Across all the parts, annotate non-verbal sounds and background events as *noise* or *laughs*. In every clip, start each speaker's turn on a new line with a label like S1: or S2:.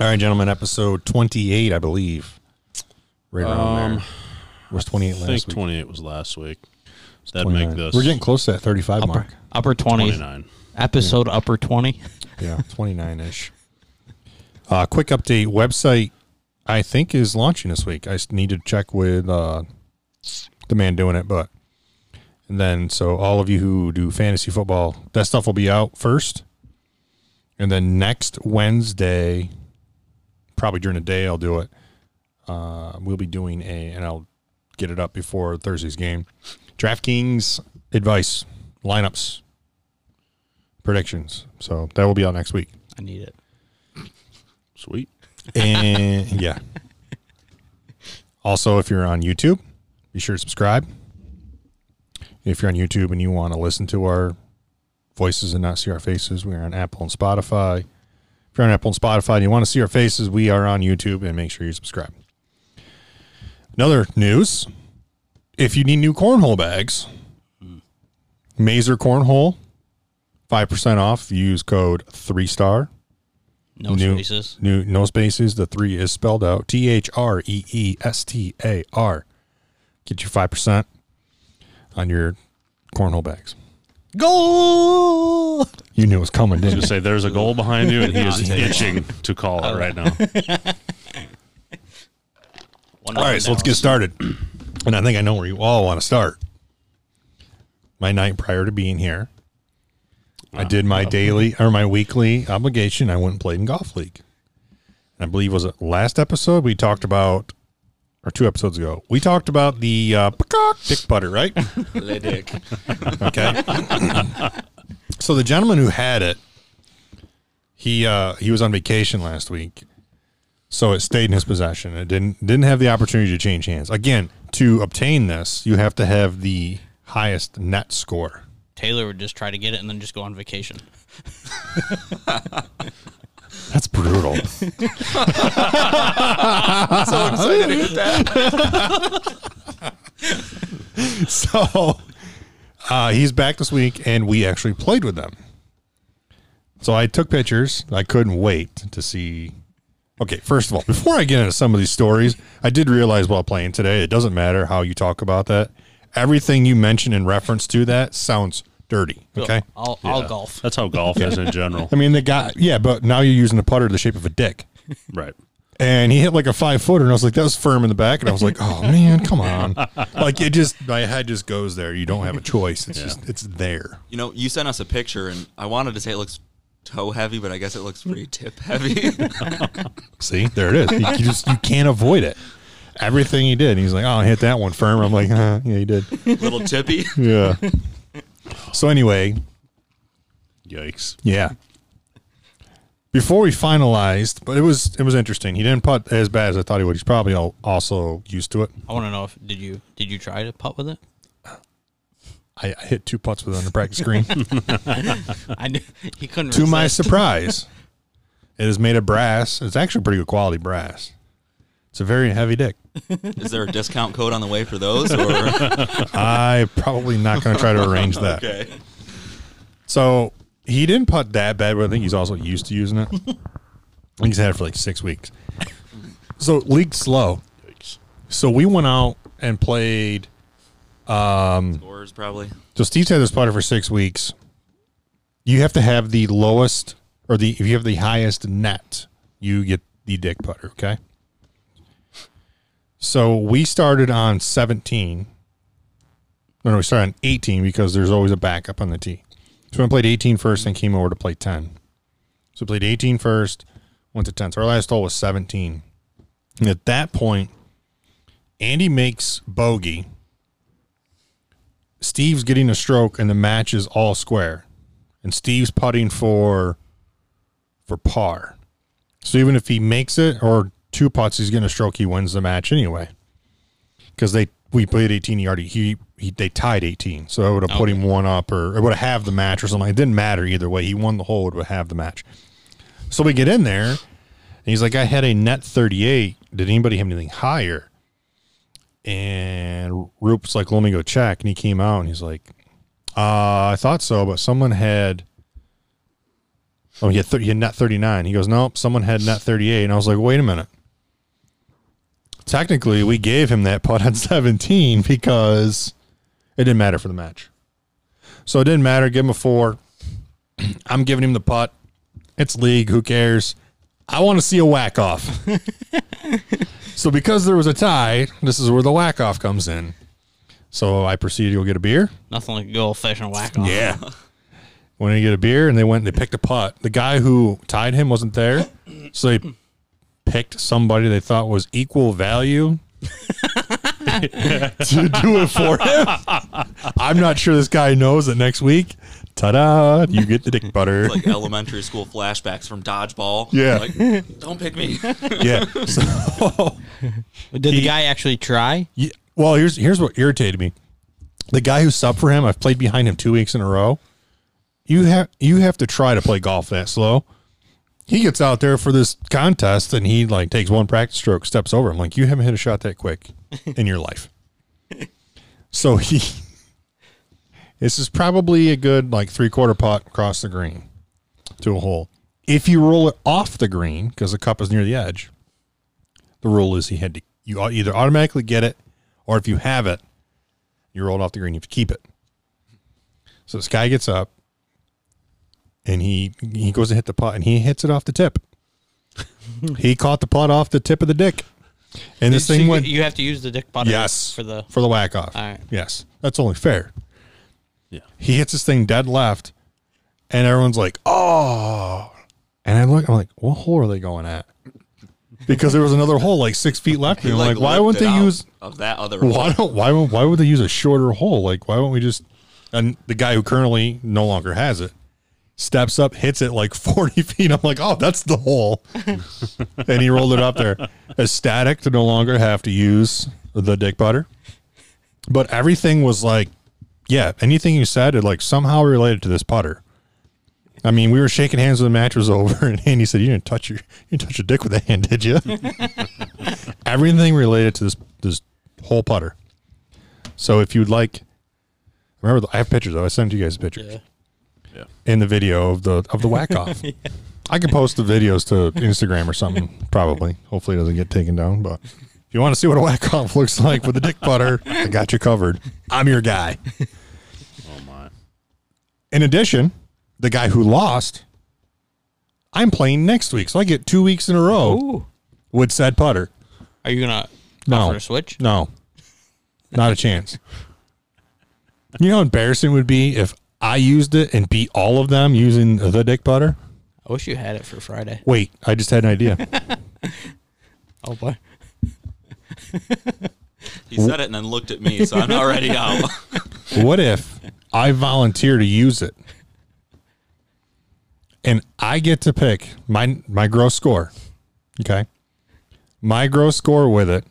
S1: All right, gentlemen, episode 28, I believe. Right around
S2: Um,
S1: there. Was 28
S2: I
S1: last
S2: think
S1: week?
S2: 28 was last week. That'd make
S1: 29.
S2: this
S1: We're getting close to that 35
S3: Upper,
S1: mark.
S3: upper 20s.
S2: 29.
S3: Episode upper 20.
S1: Yeah, 29 ish. Uh, quick update website, I think, is launching this week. I s- need to check with uh, the man doing it, but. And then, so all of you who do fantasy football, that stuff will be out first. And then next Wednesday, probably during the day, I'll do it. Uh, we'll be doing a, and I'll get it up before Thursday's game. DraftKings advice, lineups, predictions. So that will be out next week.
S3: I need it.
S2: Sweet.
S1: And yeah. Also, if you're on YouTube, be sure to subscribe. If you're on YouTube and you want to listen to our voices and not see our faces, we are on Apple and Spotify. If you're on Apple and Spotify and you want to see our faces, we are on YouTube and make sure you subscribe. Another news if you need new cornhole bags, Mazer Cornhole, 5% off. Use code 3STAR.
S3: No
S1: New-
S3: spaces.
S1: New no spaces. The three is spelled out. T H R E E S T A R. Get you five percent on your cornhole bags.
S3: Goal!
S1: You knew it was coming, didn't
S2: Just
S1: you?
S2: say there's a goal behind you, and he
S1: *laughs*
S2: is itching to call it right
S3: *laughs*
S2: now.
S1: All right, so let's get started. And I think I know where you all want to start. My night prior to being here, I did my daily or my weekly obligation. I went and played in golf league. I believe was it last episode we talked about, or two episodes ago, we talked about the uh, peacock dick putter, right? Okay. *laughs* so the gentleman who had it, he uh, he was on vacation last week, so it stayed in his possession. It didn't didn't have the opportunity to change hands. Again, to obtain this, you have to have the highest net score.
S3: Taylor would just try to get it and then just go on vacation.
S1: That's brutal.
S4: so excited to get that.
S1: so uh, he's back this week, and we actually played with them. So I took pictures. I couldn't wait to see. Okay, first of all, before I get into some of these stories, I did realize while playing today, it doesn't matter how you talk about that. Everything you mention in reference to that sounds dirty. Okay.
S3: I'll,
S2: Yeah.
S3: I'll golf.
S2: That's how golf is in
S1: *laughs*
S2: general.
S1: I mean, the guy, yeah, but now you're using a putter the shape of a dick.
S2: Right.
S1: And he hit like a five footer, and I was like, that was firm in the back. And I was like, oh man, come *laughs* on. Like, it just, my head just goes there. You don't have a choice. It's just, it's there.
S4: You know, you sent us a picture, and I wanted to say it looks toe heavy, but I guess it looks pretty
S1: *laughs*
S4: tip heavy.
S1: See, there it is. You, you just you can't avoid it. Everything he did, he's like, "Oh, I hit that one firm." I'm like, huh, "Yeah, he did."
S4: Little tippy.
S1: Yeah. So anyway,
S2: Yikes.
S1: yeah. Before we finalized, but it was it was interesting. He didn't putt as bad as I thought he would. He's probably al- also used to it.
S3: I want to know if did you did you try to putt with it? *laughs*
S1: I, I hit two putts with it on the practice screen.
S3: I knew *laughs* he couldn't.
S1: to my
S3: resist.
S1: surprise, it is made of brass. It's actually pretty good quality brass. It's a very heavy dick.
S4: Is there a discount code on the way for those?
S1: *laughs*
S4: Or
S1: I probably not going to try to arrange that.
S4: okay,
S1: So he didn't putt that bad, but I think he's also used to using it. I think he's had it for like six weeks. So league slow.
S2: Yikes.
S1: So we went out and played.
S4: scores probably.
S1: So Steve's had this putter for six weeks. You have to have the lowest, or the if you have the highest net, you get the dick putter. Okay. So we started on seventeen. No, no, we started on eighteen because there's always a backup on the tee. So I played 18 first and came over to play 10. So I played 18 first, went to 10. So our last hole was 17. And at that point, Andy makes bogey. Steve's getting a stroke and the match is all square. And Steve's putting for for par. So even if he makes it or two putts, he's getting a stroke, he wins the match anyway. Because they we played 18, he already he, he they tied 18. So it would have put him one up or it would have halved the match or something. It didn't matter either way. He won the hole, it would have halved the match. So we get in there and he's like, I had a net 38. Did anybody have anything higher? and Rupe's like, let me go check. And he came out and he's like, uh, I thought so, but someone had Oh, he had, 30, he had net 39. He goes, nope, someone had net 38. And I was like, wait a minute. Technically, we gave him that putt on *laughs* 17 because it didn't matter for the match. So it didn't matter. Give him a four. *clears throat* I'm giving him the putt. It's league. Who cares? I want to see a whack off. so because there was a tie, this is where the whack off comes in. So I proceeded to go get a beer.
S3: Nothing like a good old fashioned whack off.
S1: Yeah. *laughs* Went to get a beer and they went and they picked a putt. The guy who tied him wasn't there. So they picked somebody they thought was equal value *laughs* to do it for him. I'm not sure this guy knows that next week, ta da, you get the dick butter.
S4: Like elementary school flashbacks from dodgeball.
S1: Yeah.
S4: Like, don't
S1: *laughs*
S4: pick me.
S1: yeah. So
S3: Did the guy actually try?
S1: Yeah. Well, here's here's what irritated me. The guy who subbed for him, I've played behind him two weeks in a row. You have you have to try to play golf that slow. He gets out there for this contest and he like takes one practice stroke, steps over. I'm like, you haven't hit a shot that quick in your life. So he *laughs* this is probably a good like three quarter putt across the green to a hole. If you roll it off the green, because the cup is near the edge, the rule is he had to you au- either automatically get it or if you have it you roll it off the green you have to keep it so this guy gets up and he he goes to hit the putt and he hits it off the tip he caught the putt off the tip of the dick and this
S3: So
S1: thing
S3: you,
S1: went
S3: you have to use the dick butter
S1: yes
S3: for the
S1: for the whack off
S3: All right.
S1: yes that's only fair
S2: Yeah.
S1: he hits this thing dead left and everyone's like oh and i look i'm like what hole are they going at because there was another hole like six feet left and
S4: He,
S1: i'm like why
S4: licked
S1: wouldn't
S4: it
S1: they
S4: out
S1: use
S4: of that other
S1: why don't why won't- why would they use a shorter hole? Like why won't we just and the guy who currently no longer has it steps up, hits it like *laughs* forty feet. I'm like, oh, that's the hole, *laughs* and he rolled it up there, ecstatic to no longer have to use the dick butter. But everything was like, yeah, anything you said it like somehow related to this putter. I mean, we were shaking hands when the match was *laughs* over, and Andy said, "You didn't touch your, you didn't touch your dick with a hand, did you?" Everything related to this this whole putter. So if you'd like, remember I have pictures though. I sent you guys pictures
S3: Yeah.
S2: Yeah.
S1: in the video of the of the whack off. I can post the videos to Instagram or something. Probably, hopefully, it doesn't get taken down. But if you want to see what a whack off *laughs* looks like with a dick putter, I got you covered. I'm your guy.
S2: Oh my.
S1: In addition, the guy who lost, I'm playing next week, so I get two weeks in a row with said putter.
S3: Are you gonna
S1: No.
S3: offer a switch?
S1: No, not a chance. You know how embarrassing it would be if I used it and beat all of them using the dick putter?
S3: I wish you had it for Friday.
S1: Wait, I just had an idea.
S3: *laughs* Oh boy.
S4: He said it and then looked at me, so
S1: *laughs*
S4: I'm already out.
S1: what if I volunteer to use it and I get to pick my my gross score? Okay. My gross score with it.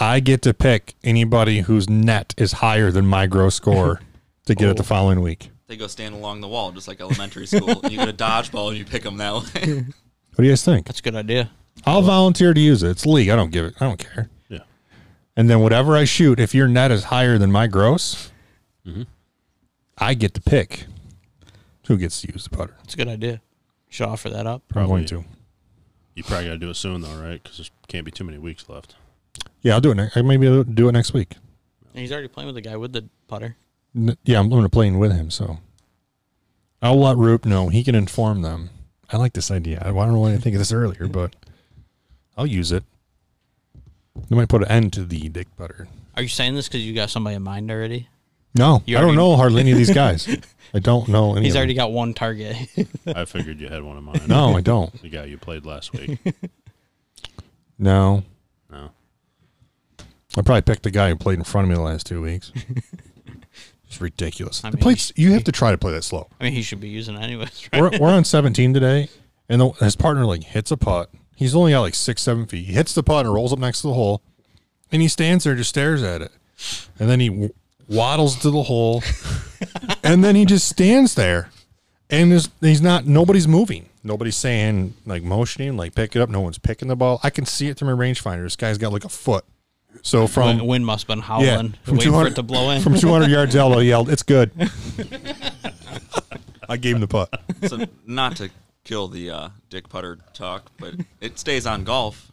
S1: I get to pick anybody whose net is higher than my gross score to get it
S3: Oh.
S1: the following week.
S4: they go stand along the wall, just like elementary school. you get a dodgeball and you pick them that way.
S1: What do you guys think?
S3: That's a good idea.
S1: I'll volunteer to use it. It's league. I don't give it. I don't care.
S2: Yeah.
S1: And then whatever I shoot, if your net is higher than my gross, I get to pick who gets to use the putter.
S3: That's a good idea. Should I offer that up.
S1: I'm going to.
S2: You probably got to do it soon though, right? Because there can't be too many weeks left.
S1: Yeah, I'll do it. Ne- I maybe I'll do it next week.
S3: And he's already playing with the guy with the putter.
S1: N- yeah, I'm, I'm going to play in with him. So I'll let Roop know. He can inform them. I like this idea. I I don't know why I didn't think of this earlier, but I'll use it. They might put an end to the dick putter.
S3: Are you saying this because you got somebody in mind already?
S1: No,
S3: You
S1: I don't
S3: already-
S1: know hardly any of these
S3: *laughs*
S1: guys. I don't know any.
S3: He's
S1: of them.
S3: already got one target. *laughs*
S2: I figured you had one of mine.
S1: *laughs* No, I don't.
S2: The guy you played
S1: *laughs*
S2: last week.
S1: No,
S2: No.
S1: I probably picked the guy who played in front of me the last two
S3: *laughs*
S1: weeks. it's ridiculous.
S3: I
S1: the
S3: mean-
S1: plates you have to try to play that slow.
S3: I mean, he should be using it anyways, right?
S1: We're, we're on 17 today, and the, his partner like hits a putt. He's only out like six, seven feet. He hits the putt and rolls up next to the hole, and he stands there and just stares at it, and then he w- waddles to the hole, *laughs* and then he just stands there, and there's, he's not nobody's moving, nobody's saying like motioning, like pick it up. No one's picking the ball. I can see it through my rangefinder. This guy's got like a foot. So from
S3: Wind- wind must have been howling, waiting for it to blow in.
S1: From 200 yards out, I yelled, "It's good." I gave him the putt.
S4: so not to kill the uh, dick putter talk, but it stays on golf.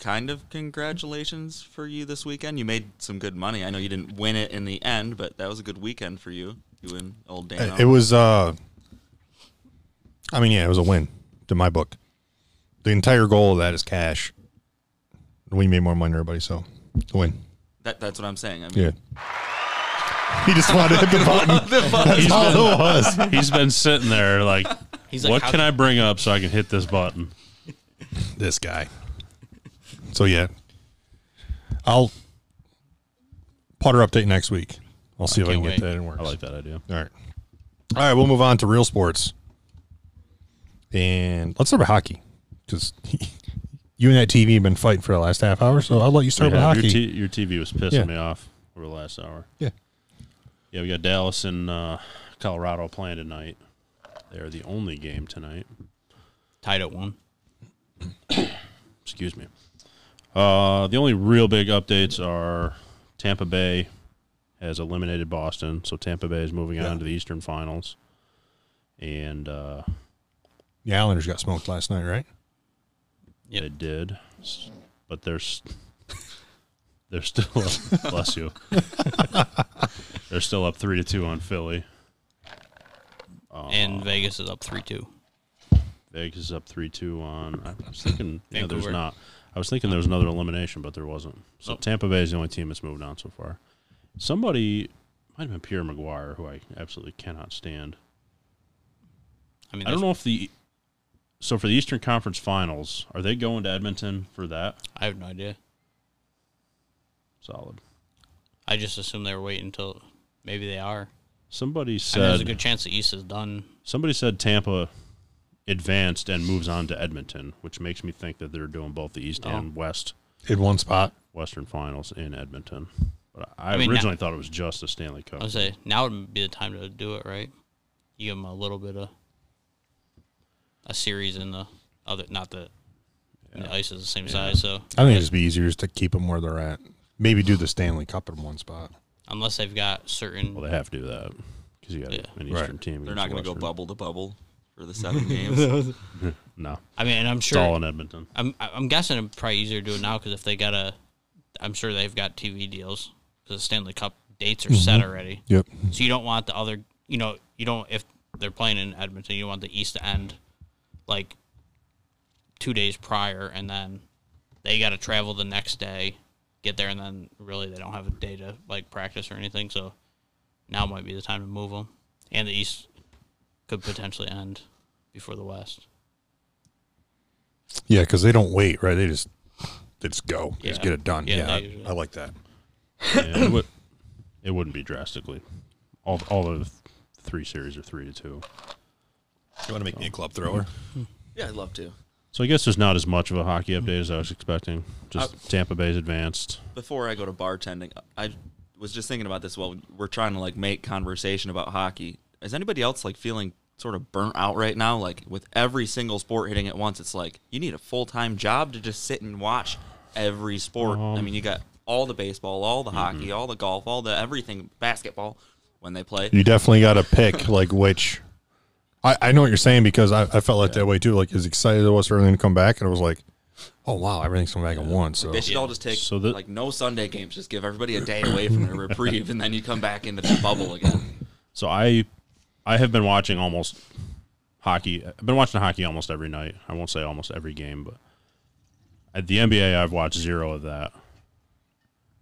S4: Kind of congratulations for you this weekend. You made some good money. I know you didn't win it in the end, but that was a good weekend for you. You and old Dano.
S1: It, it was. uh I mean, yeah, it was a win to my book. The entire goal of that is cash. We made more money than everybody, so it's a win.
S4: that, that's what I'm saying. I mean,
S1: Yeah. He just wanted
S3: *laughs*
S1: to hit the button.
S4: *laughs* the fuck-
S1: That's all it was.
S2: He's been sitting there like,
S3: He's like,
S2: what
S3: how-
S2: can I bring up so I can hit this button?
S1: this guy. So yeah, I'll putter update next week. I'll see if I can
S3: can't
S1: get
S3: wait.
S1: that in works.
S2: I like that idea.
S1: All right, all right. We'll move on to real sports, and let's start with hockey because *laughs* you and that TV have been fighting for the last half hour. So I'll let you start
S2: Yeah,
S1: with
S2: your,
S1: hockey.
S2: t- your TV was pissing
S1: Yeah.
S2: me off over the last hour.
S1: yeah,
S2: Yeah, we got Dallas and uh, Colorado playing tonight. They are the only game tonight.
S3: tied at one.
S2: Excuse me. Uh, the only real big updates are Tampa Bay has eliminated Boston, so Tampa Bay is moving on to the Eastern Finals. And uh,
S1: the Islanders got smoked last night, right?
S3: Yep.
S2: They did, S- but there's *laughs* they're still up, bless you. *laughs* they're still up three to two on Philly. Uh,
S3: and Vegas is up three two.
S2: Vegas is up three two on. I was thinking yeah, there's
S3: Vancouver. Oh.
S2: not. I was thinking there was another elimination, but there wasn't. So Tampa Bay is the only team that's moved on so far. Somebody might have been Pierre McGuire, who I absolutely cannot stand.
S3: I mean,
S2: I don't know if the so for the Eastern Conference Finals, are they going to Edmonton for that?
S3: I have no idea.
S2: Solid.
S3: I just assume they were waiting until maybe they are.
S2: Somebody
S3: I mean, there's a
S2: said
S3: good chance the East is done.
S2: Somebody said Tampa advanced and moves on to Edmonton, which makes me think that they're doing both the East and West
S1: In one spot.
S2: Western Finals in Edmonton. But I,
S3: I mean,
S2: originally thought it was just the Stanley Cup.
S3: I would say now would be the time to do it, right? You give them a little bit of a series in the other, not the, the ice is the same size, so
S1: I think it'd just be easier just to keep them where they're at. Maybe do the Stanley Cup in one spot.
S3: unless they've got certain,
S2: well, they have to do that because you got
S3: Yeah.
S2: an Eastern
S1: Right.
S2: team.
S4: they're
S2: against
S4: not going to go
S2: Western.
S4: bubble to bubble for the seven games.
S2: No,
S3: I mean, and I'm
S2: it's all
S3: sure,
S2: in Edmonton.
S3: I'm, I'm guessing it's probably easier to do it now because if they got a, I'm sure they've got TV deals because the Stanley Cup dates are set
S1: Mm-hmm.
S3: already.
S1: Yep.
S3: So you don't want the other, you know, you don't if they're playing in Edmonton, you don't want the East to end like two days prior, and then they got to travel the next day, get there, and then really they don't have a day to like practice or anything. So now might be the time to move them, and the East could potentially end before the West.
S1: Yeah, because they don't wait, right? They just they just go, They just
S3: Yeah.
S1: get it done.
S3: Yeah,
S1: Yeah,
S3: they usually-
S1: I, I like that.
S2: Yeah, it, would, it wouldn't be drastically. All all of three series are three to two.
S1: You want to make me a club thrower?
S4: yeah, I'd love to.
S2: So I guess there's not as much of a hockey update as I was expecting. Just Tampa Bay's advanced.
S4: before I go to bartending, I was just thinking about this while we're trying to like make conversation about hockey. Is anybody else like feeling sort of burnt out right now? Like with every single sport hitting at once, it's like you need a full time job to just sit and watch every sport. I
S2: Um.
S4: mean, you got all the baseball, all the hockey,
S2: Mm-hmm.
S4: all the golf, all the everything, basketball when they play.
S1: You definitely got to pick like which. I, I know what you're saying because I, I felt like that way too. Like as excited as I was for everything to come back, and I was like, oh wow, everything's coming back at once. So
S4: They should all just take
S2: So the-
S4: like no Sunday games. Just give everybody a day away from their reprieve, and then you come back into the bubble again.
S2: So I, I have been watching almost hockey. I've been watching hockey almost every night. I won't say almost every game, but at the NBA, I've watched zero of that.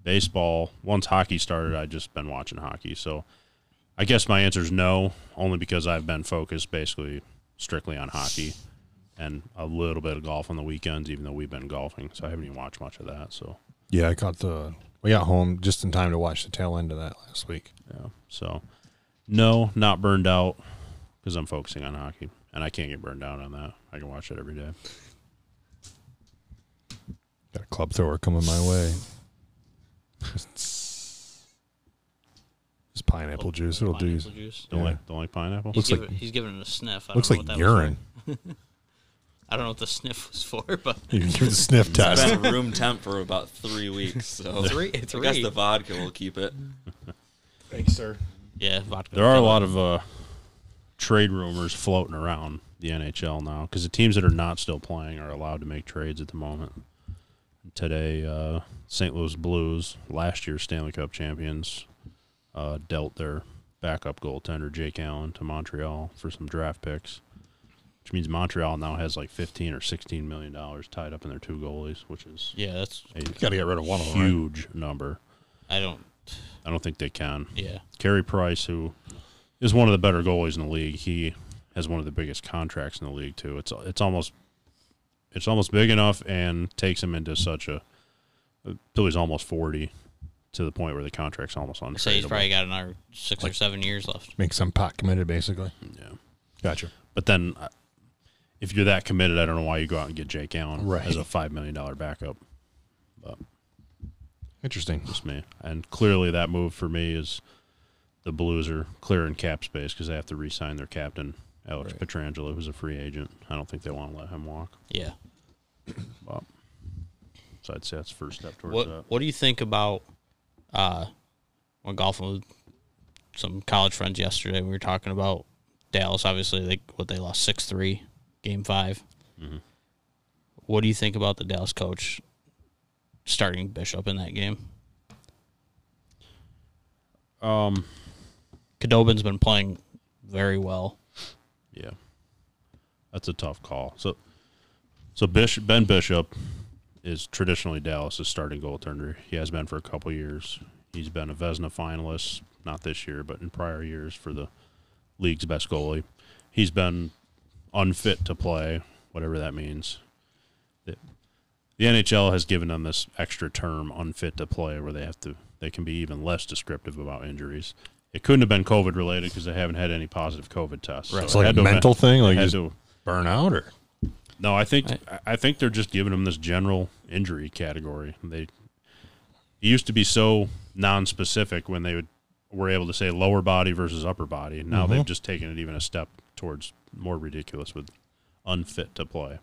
S2: Baseball. Once hockey started, I just been watching hockey. So I guess my answer is no, only because I've been focused basically strictly on hockey and a little bit of golf on the weekends, even though we've been golfing. So I haven't even watched much of that. So
S1: yeah, I caught the. We got home just in time to watch the tail end of that last week.
S2: Yeah. So, no, not burned out because I'm focusing on hockey, and I can't get burned out on that. I can watch it every day.
S1: Got a club thrower coming my way. It's pineapple juice. It'll do.
S3: Pineapple juice.
S2: Don't
S1: Yeah.
S2: like don't like pineapple.
S3: He's,
S1: Looks
S3: giving,
S1: like-
S3: he's giving it a sniff. I
S1: Looks
S3: don't know
S1: like
S3: what that was for.
S1: urine.
S3: I don't know what the sniff was *laughs* for, but
S1: You give it a sniff
S4: It's
S1: test.
S4: been room temp for about *laughs* three weeks, so
S3: Three-
S4: I guess
S3: three.
S4: the vodka will keep it.
S1: Thanks, sir.
S3: yeah, vodka.
S2: There are a lot of uh, trade rumors floating around the NHL now because the teams that are not still playing are allowed to make trades at the moment. Today, uh, St. Louis Blues, last year's Stanley Cup champions, uh, dealt their backup goaltender Jake Allen to Montreal for some draft picks, which means Montreal now has like fifteen or sixteen million dollars tied up in their two goalies, which is
S3: Yeah, that's.
S2: a
S1: Got to get rid of one of them. right?
S2: huge number.
S3: I don't.
S2: I don't think they can.
S3: Yeah.
S2: Carey Price, who is one of the better goalies in the league, he has one of the biggest contracts in the league too. It's it's almost it's almost big enough and takes him into such a till he's almost forty to the point where the contract's almost
S3: I say he's
S2: untradeable.
S3: probably got another six or seven years left.
S1: Make some pot committed, basically.
S2: yeah.
S1: Gotcha.
S2: But then, uh, if you're that committed, I don't know why you go out and get Jake Allen
S1: Right.
S2: as a five million dollar backup.
S1: Interesting.
S2: Just me, and clearly that move for me is the Blues are clearing cap space because they have to re-sign their captain Alex Petrangelo, who's a free agent. I don't think they want to let him walk.
S3: Yeah.
S2: But, so I'd say that's the first step towards
S3: What
S2: that.
S3: What do you think about? Uh, when golfing with some college friends yesterday, we were talking about Dallas. Obviously, they what they lost six three, game 5
S2: Mm-hmm.
S3: What do you think about the Dallas coach starting Bishop in that game?
S2: Um,
S3: Kadobin's been playing very well.
S2: yeah, that's a tough call. So, so Bishop, Ben Bishop is traditionally Dallas's starting goaltender. He has been for a couple years. He's been a Vesna finalist, not this year, but in prior years for the league's best goalie. He's been unfit to play, whatever that means. The the NHL has given them this extra term, unfit to play, where they have to they can be even less descriptive about injuries. It couldn't have been COVID related because they haven't had any positive COVID tests.
S1: It's
S2: it
S1: like
S2: had
S1: a
S2: to have
S1: mental
S2: been-
S1: thing. Like
S2: it
S1: you
S2: had
S1: just
S2: to-
S1: burn out, or
S2: no, I think I, I think they're just giving him this general injury category. They he used to be so non-specific when they would, were able to say lower body versus upper body. and Now they've just taken it even a step towards more ridiculous with unfit to play.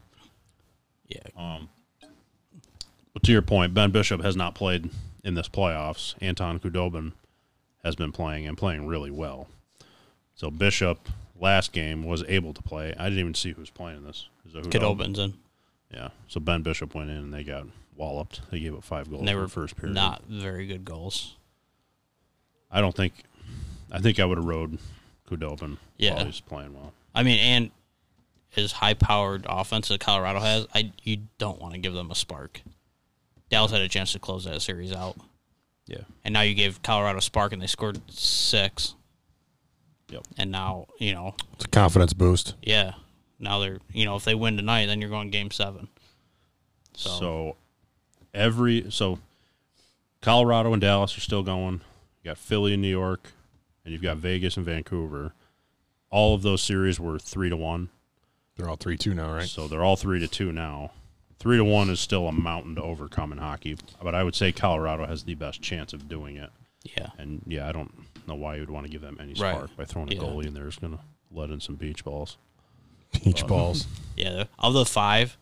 S3: Yeah,
S2: But to your point, Ben Bishop has not played in this playoffs. Anton Kudobin has been playing and playing really well. So Bishop last game was able to play. I didn't even see who was playing in this. Is it Hudobin?
S3: Kadobin's in.
S2: Yeah. So Ben Bishop went in and they got walloped. They gave up five goals
S3: And they
S2: in
S3: were
S2: the first period.
S3: Not very good goals.
S2: I don't think. I think I would have rode Kudobin
S3: Yeah.
S2: while he's playing well.
S3: I mean, and as high powered offense that Colorado has, I you don't want to give them a spark. Dallas had a chance to close that series out,
S2: Yeah.
S3: and now you gave Colorado a spark, and they scored six.
S2: Yep.
S3: And now you know,
S1: it's a confidence boost.
S3: yeah. Now they're you know if they win tonight, then you're going game seven.
S2: So, every so Colorado and Dallas are still going. You got Philly and New York, and you've got Vegas and Vancouver. All of those series were three to one.
S1: They're all three two now, *laughs* right?
S2: So they're all three to two now. Three to one is still a mountain to overcome in hockey, but I would say Colorado has the best chance of doing it.
S3: Yeah,
S2: And yeah, I don't know why you would want to give them any
S3: Right.
S2: spark by throwing a
S3: Yeah.
S2: goalie in there. It's going to let in some beach balls.
S1: Peach balls.
S3: yeah. Of the five,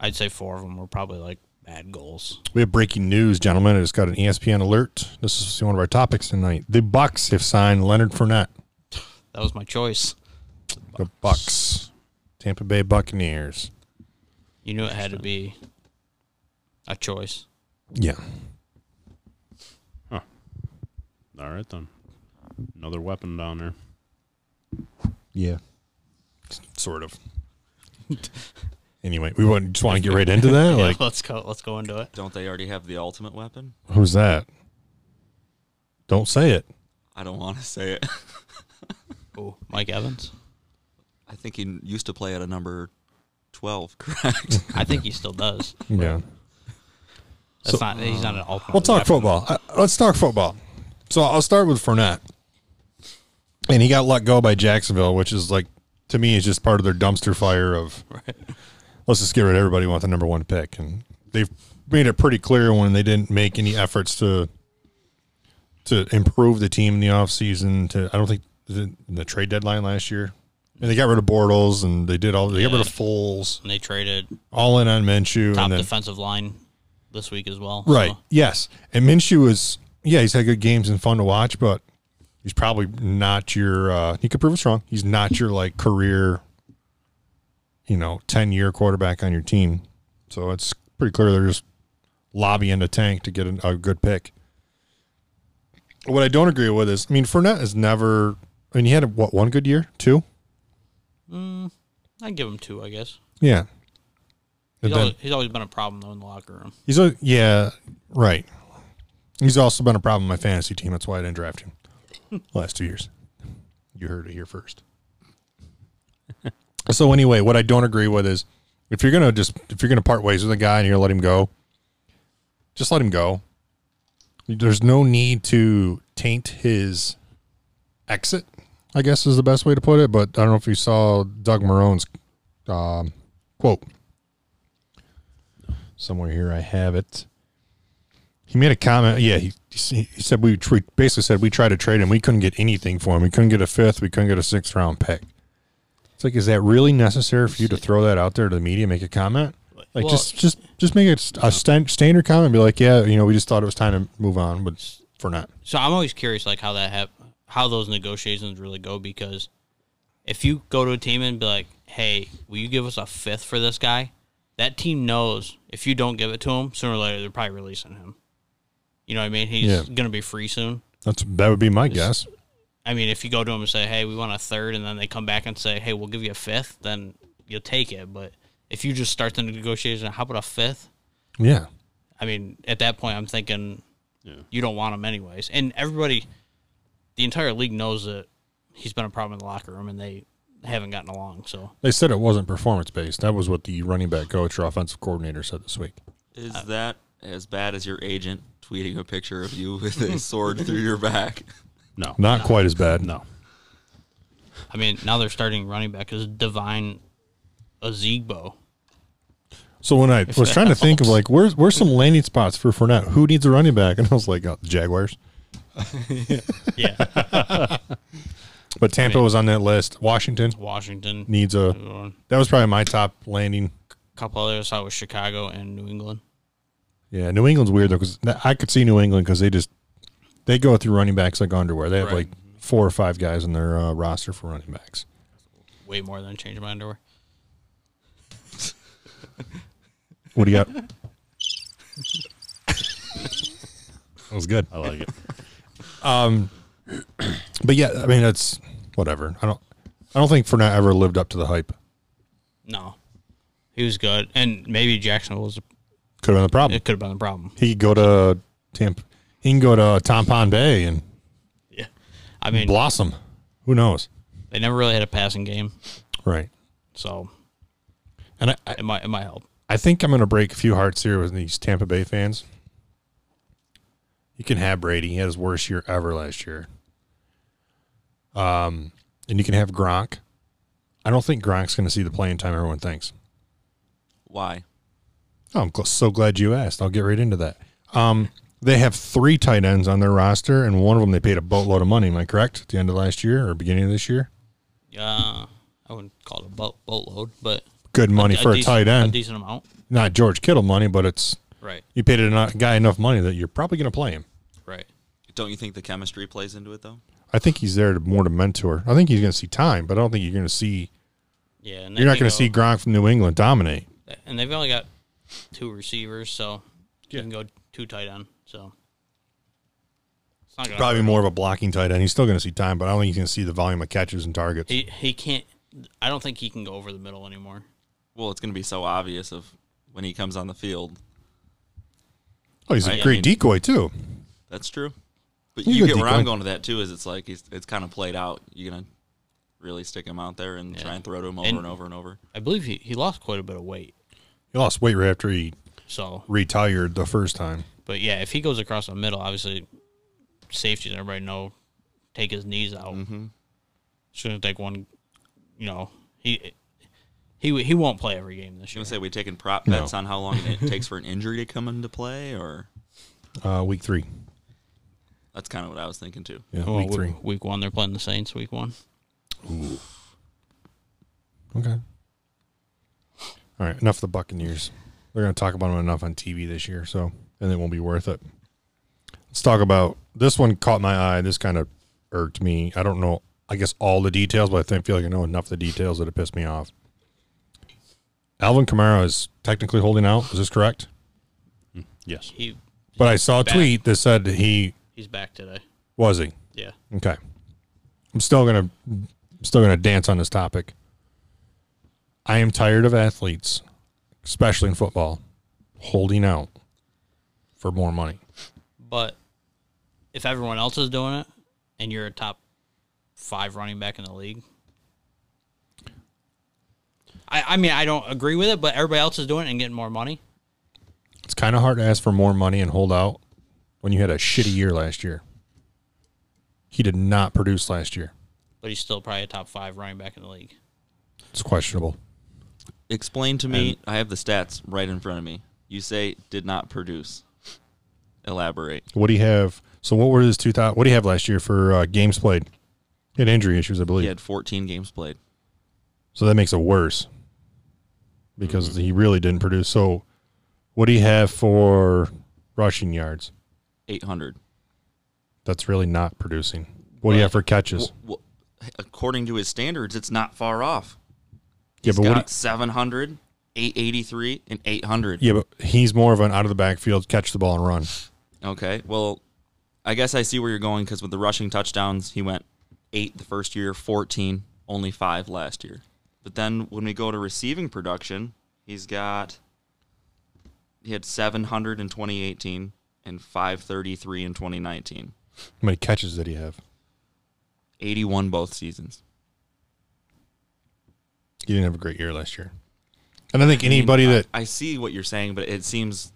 S3: I'd say four of them were probably like bad goals.
S1: We have breaking news, gentlemen. I just got an E ESPN alert. This is one of our topics tonight. The Bucks have signed Leonard Fournette.
S3: That was my choice.
S1: The Bucks, Tampa Bay Buccaneers.
S3: You knew it had to be a choice.
S1: Yeah,
S2: All right, then. Another weapon down there.
S1: yeah, sort of. *laughs* anyway, we want just want to get right into *laughs* that.
S3: Yeah,
S1: Like,
S3: *laughs* let's go. Let's go into it.
S4: Don't they already have the ultimate weapon?
S1: who's that? Don't say it.
S4: I don't want to say it. *laughs*
S3: Oh, Mike Evans.
S4: I think he used to play at a number 12, *laughs* correct?
S3: I think he still does.
S1: Yeah.
S3: That's not. He's not an ultimate.
S1: We'll talk
S3: weapon.
S1: football. Uh, let's talk football. So I'll start with Fournette, and he got let go by Jacksonville, which is like to me is just part of their dumpster fire of let's just get rid of everybody. We want the number one pick, and they've made it pretty clear when they didn't make any efforts to to improve the team in the offseason. To I don't think the, the trade deadline last year, and they got rid of Bortles, and they did all they got rid of Foles,
S3: And they traded
S1: all in on Minshew,
S3: top
S1: and then
S3: defensive line this week as well.
S1: Right.
S3: So,
S1: Yes. And Minshew is yeah, he's had good games and fun to watch, but He's probably not your. Uh, he could prove us wrong. He's not your like career, you know, ten year quarterback on your team. So it's pretty clear they're just lobbying the tank to get an, a good pick. What I don't agree with is, I mean, Fournette has never. I mean, he had what one good year, two.
S3: I'd give him two, I guess.
S1: Yeah.
S3: He's,
S1: And then-
S3: always, he's always been a problem though in the locker room.
S1: He's a yeah, right. He's also been a problem with my fantasy team. That's why I didn't draft him last two years. You heard it here first. *laughs* so anyway, what I don't agree with is if you're gonna just if you're gonna part ways with a guy and you're gonna let him go, just let him go. There's no need to taint his exit. I guess is the best way to put it. But I don't know if you saw Doug Marone's um, quote somewhere here. I have it. He made a comment. Yeah, he, he said we tr- basically said we tried to trade him. We couldn't get anything for him. We couldn't get a fifth. We couldn't get a sixth round pick. It's like, is that really necessary for you to throw that out there to the media? Make a comment. Like
S3: Well-
S1: just just just make a, st- a stan- standard comment. and Be like, yeah, you know, we just thought it was time to move on, but for not.
S3: So I'm always curious, like how that hap- how those negotiations really go, because if you go to a team and be like, "Hey, will you give us a fifth for this guy?" That team knows if you don't give it to him, sooner or later they're probably releasing him. You know what I mean? He's
S1: Yeah.
S3: gonna be free soon.
S1: That's that would be my guess.
S3: I mean, if you go to them and say, "Hey, we want a third, and then they come back and say, "Hey, we'll give you a fifth, then you'll take it. But if you just start the negotiation, how about a fifth?
S1: Yeah,
S3: I mean, at that point, I'm thinking
S2: Yeah.
S3: you don't want him anyways. And everybody, the entire league knows that he's been a problem in the locker room, and they haven't gotten along. So
S1: they said it wasn't performance based. That was what the running back coach or offensive coordinator said this week.
S4: Is that as bad as your agent tweeting a picture of you *laughs* with a sword through your back?
S2: No,
S1: Not quite as bad.
S2: no.
S3: I mean, now they're starting running back is Divine Azigbo.
S1: So when I was
S2: *laughs*
S1: trying to think of like where's where's some landing spots for Fournette? Who needs a running back? And I was like, oh, the Jaguars.
S3: Yeah,
S1: *laughs* But Tampa was on that list. Washington
S3: Washington.
S1: needs a.
S3: A
S1: That was probably my top landing.
S3: couple others. I was Chicago and New England.
S1: Yeah, New England's weird though because I could see New England because they just they go through running backs like underwear. They have like
S3: Right.
S1: four or five guys in their uh, roster for running backs.
S3: Way more than change my underwear.
S1: What do you got? that was good.
S2: I like it.
S1: But yeah, I mean it's whatever. I don't. I don't think Fournette ever lived up to the hype.
S3: No, he was good, and maybe Jacksonville was.
S1: Could have been the problem.
S3: It could have been a problem.
S1: he could go to Tampa. He can go to Tampon Bay and
S3: Yeah, I mean,
S1: blossom. Who knows?
S3: they never really had a passing game,
S1: Right.
S3: so
S1: And I, I,
S3: it might it might help.
S1: I think I'm going to break a few hearts here with these Tampa Bay fans. You can have Brady. He had his worst year ever last year. Um, and you can have Gronk. I don't think Gronk's going to see the playing time everyone thinks.
S4: Why?
S1: Oh, I'm gl- so glad you asked. I'll get right into that. Um, they have three tight ends on their roster, and one of them they paid a boatload of money. Am I correct? At the end of last year or beginning of this year?
S3: Uh, I wouldn't call it a boat, boatload, but
S1: Good money for a
S3: decent-
S1: tight end.
S3: a decent amount.
S1: not George Kittle money, but it's
S3: Right,
S1: you paid a guy enough money that you're probably going to play him.
S3: right.
S4: Don't you think the chemistry plays into it though?
S1: I think he's there to more to mentor. I think he's going to see time, but I don't think you're going to see.
S3: Yeah, and
S1: You're
S3: they
S1: not going to see
S3: can
S1: Gronk from New England dominate.
S3: go- And they've only got two receivers, so you can go two tight end. So it's not gonna
S1: Probably
S3: hurt.
S1: more of a blocking tight end. He's still going to see time, but I don't think he's going to see the volume of catches and targets.
S3: He he can't. I don't think he can go over the middle anymore.
S4: Well, it's going to be so obvious of when he comes on the field.
S1: oh, he's a
S4: Right, I
S1: great
S4: mean-
S1: decoy too.
S4: That's true. But
S1: He's
S4: you
S1: a
S4: get
S1: good
S4: where I'm
S1: decoy.
S4: going to that too. Is it's like he's, it's kind of played out. You're going to really stick him out there and try
S3: Yeah.
S4: and throw to him over
S3: And-
S4: and, over and over.
S3: I believe he, he lost quite a bit of weight.
S1: He lost weight right after he
S3: So,
S1: retired the first time.
S3: but yeah, if he goes across the middle, obviously safeties everybody know take his knees out. Shouldn't take one. You know he he he won't play every game this
S4: You
S3: year.
S4: going to say we taking prop
S1: No.
S4: bets on how long it *laughs* takes for an injury to come into play, or
S1: Uh, week three.
S4: that's kind of what I was thinking too.
S1: Yeah,
S3: Oh, Well,
S1: week
S3: w-
S1: three.
S3: week, one, they're playing the Saints. Week one.
S1: Okay. All right, enough of the Buccaneers. They're going to talk about them enough on TV this year, so and it won't be worth it. Let's talk about this one. Caught my eye. This kind of irked me. I don't know. I guess all the details, but I think feel like I know enough of the details that it pissed me off. Alvin Kamara is technically holding out. Is this correct?
S2: Yes.
S3: He
S1: But I saw a
S3: Back.
S1: tweet that said he
S3: he's back today.
S1: was he.
S3: Yeah.
S1: Okay. I'm still gonna I'm still gonna dance on this topic. I am tired of athletes, especially in football, holding out for more money.
S3: But if everyone else is doing it and you're a top five running back in the league, I, I mean, I don't agree with it, but everybody else is doing it and getting more money.
S1: It's kind of hard to ask for more money and hold out when you had a shitty year last year. He did not produce last year.
S3: But he's still probably a top five running back in the league.
S1: It's questionable.
S4: Explain to me. I have the stats right in front of me. You say did not produce. Elaborate.
S1: What do you have? So what were his two thousand? What do you have last year for uh, games played? He had injury issues, I believe.
S4: He had 14 games played.
S1: So that makes it worse because
S4: Mm-hmm.
S1: he really didn't produce. So what do you have for rushing yards?
S4: 800.
S1: That's really not producing. What do you have for catches?
S4: Well, according to his standards, it's not far off.
S1: yeah,
S4: He's
S1: but
S4: got
S1: what? do-
S4: 700, 883, and 800.
S1: yeah, but he's more of an out of the backfield, catch the ball and run.
S4: Okay. Well, I guess I see where you're going because with the rushing touchdowns, he went eight the first year, 14, only five last year. But then when we go to receiving production, he's got, he had 700 in 2018 and 533 in 2019.
S1: How many catches did he have?
S4: 81 both seasons.
S1: He didn't have a great year last year. And I think anybody that
S4: I see what you're saying, but it seems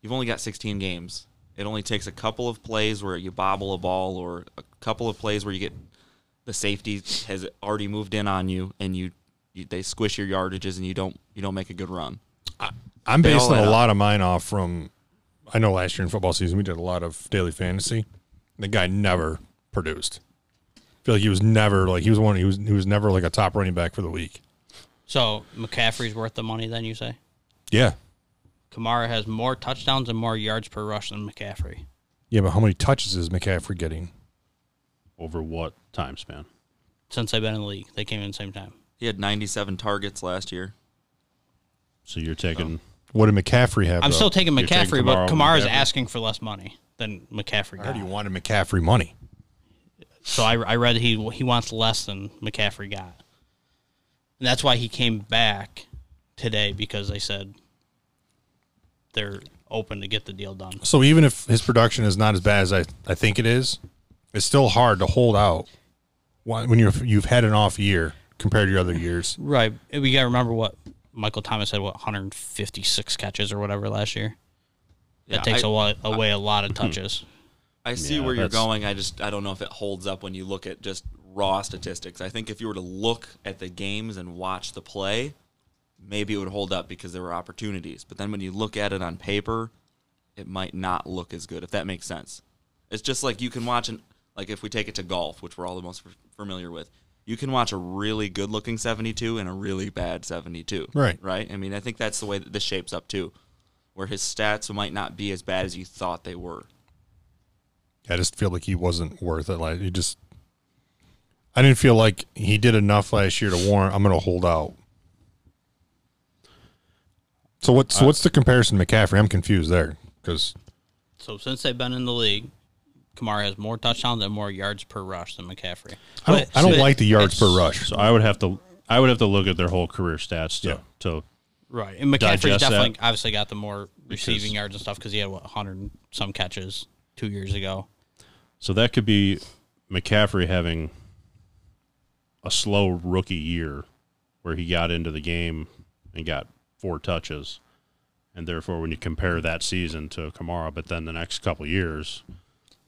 S4: you've only got 16 games. It only takes a couple of plays where you bobble a ball or a couple of plays where you get the safety has already moved in on you and you, you they squish your yardages and you don't you don't make a good run.
S1: I'm
S4: They all
S1: basing
S4: add
S1: a
S4: up.
S1: lot of mine off from. I know last year in football season we did a lot of daily fantasy. The guy never produced. I feel like he was never like he was one. He was he was never like a top running back for the week.
S3: So McCaffrey's worth the money, then you say?
S1: Yeah,
S3: Kamara has more touchdowns and more yards per rush than McCaffrey.
S1: yeah, but how many touches is McCaffrey getting?
S2: Over what time span?
S3: Since I've been in the league, they came in the same time.
S4: He had 97 targets last year.
S2: So you're taking
S1: What did McCaffrey have?
S3: I'm
S1: though?
S3: still taking
S2: you're taking
S3: McCaffrey, but
S2: Kamara over
S3: Kamara's
S2: McCaffrey?
S3: asking for less money than McCaffrey
S1: I heard
S3: got.
S1: you wanted McCaffrey money.
S3: So I, I read he he wants less than McCaffrey got, and that's why he came back today because they said they're open to get the deal done.
S1: So even if his production is not as bad as I, I think it is, it's still hard to hold out when when you're you've had an off year compared to your other years.
S3: Right. We got to remember what Michael Thomas had what 156 catches or whatever last year. That
S4: Yeah,
S3: takes
S4: I-
S3: a lot, away a lot of *clears throat* touches.
S4: I see
S2: Yeah,
S4: where you're
S2: that's-
S4: going. I just I don't know if it holds up when you look at just raw statistics. I think if you were to look at the games and watch the play, maybe it would hold up because there were opportunities. But then when you look at it on paper, it might not look as good if that makes sense. It's just like you can watch an like if we take it to golf, which we're all the most f- familiar with. You can watch a really good looking 72 and a really bad 72.
S1: Right.
S4: Right? I mean, I think that's the way that this shapes up too. Where his stats might not be as bad as you thought they were.
S1: I just feel like he wasn't worth it. Like he just, I didn't feel like he did enough last year to warrant. I'm going to hold out. So what's so what's the comparison to McCaffrey? I'm confused there because
S3: So since they've been in the league, Kamara has more touchdowns and more yards per rush than McCaffrey.
S1: I don't
S3: But-
S1: I don't
S3: but-
S1: like the yards per rush.
S2: So I would have to I would have to look at their whole career stats to
S1: Yeah.
S2: to
S3: Right, and
S2: Digest
S3: McCaffrey's
S2: that.
S3: definitely obviously got the more receiving yards and stuff because he had what 100 and some catches two years ago.
S2: so that could be McCaffrey having a slow rookie year where he got into the game and got four touches. And therefore when you compare that season to Kamara, but then the next couple years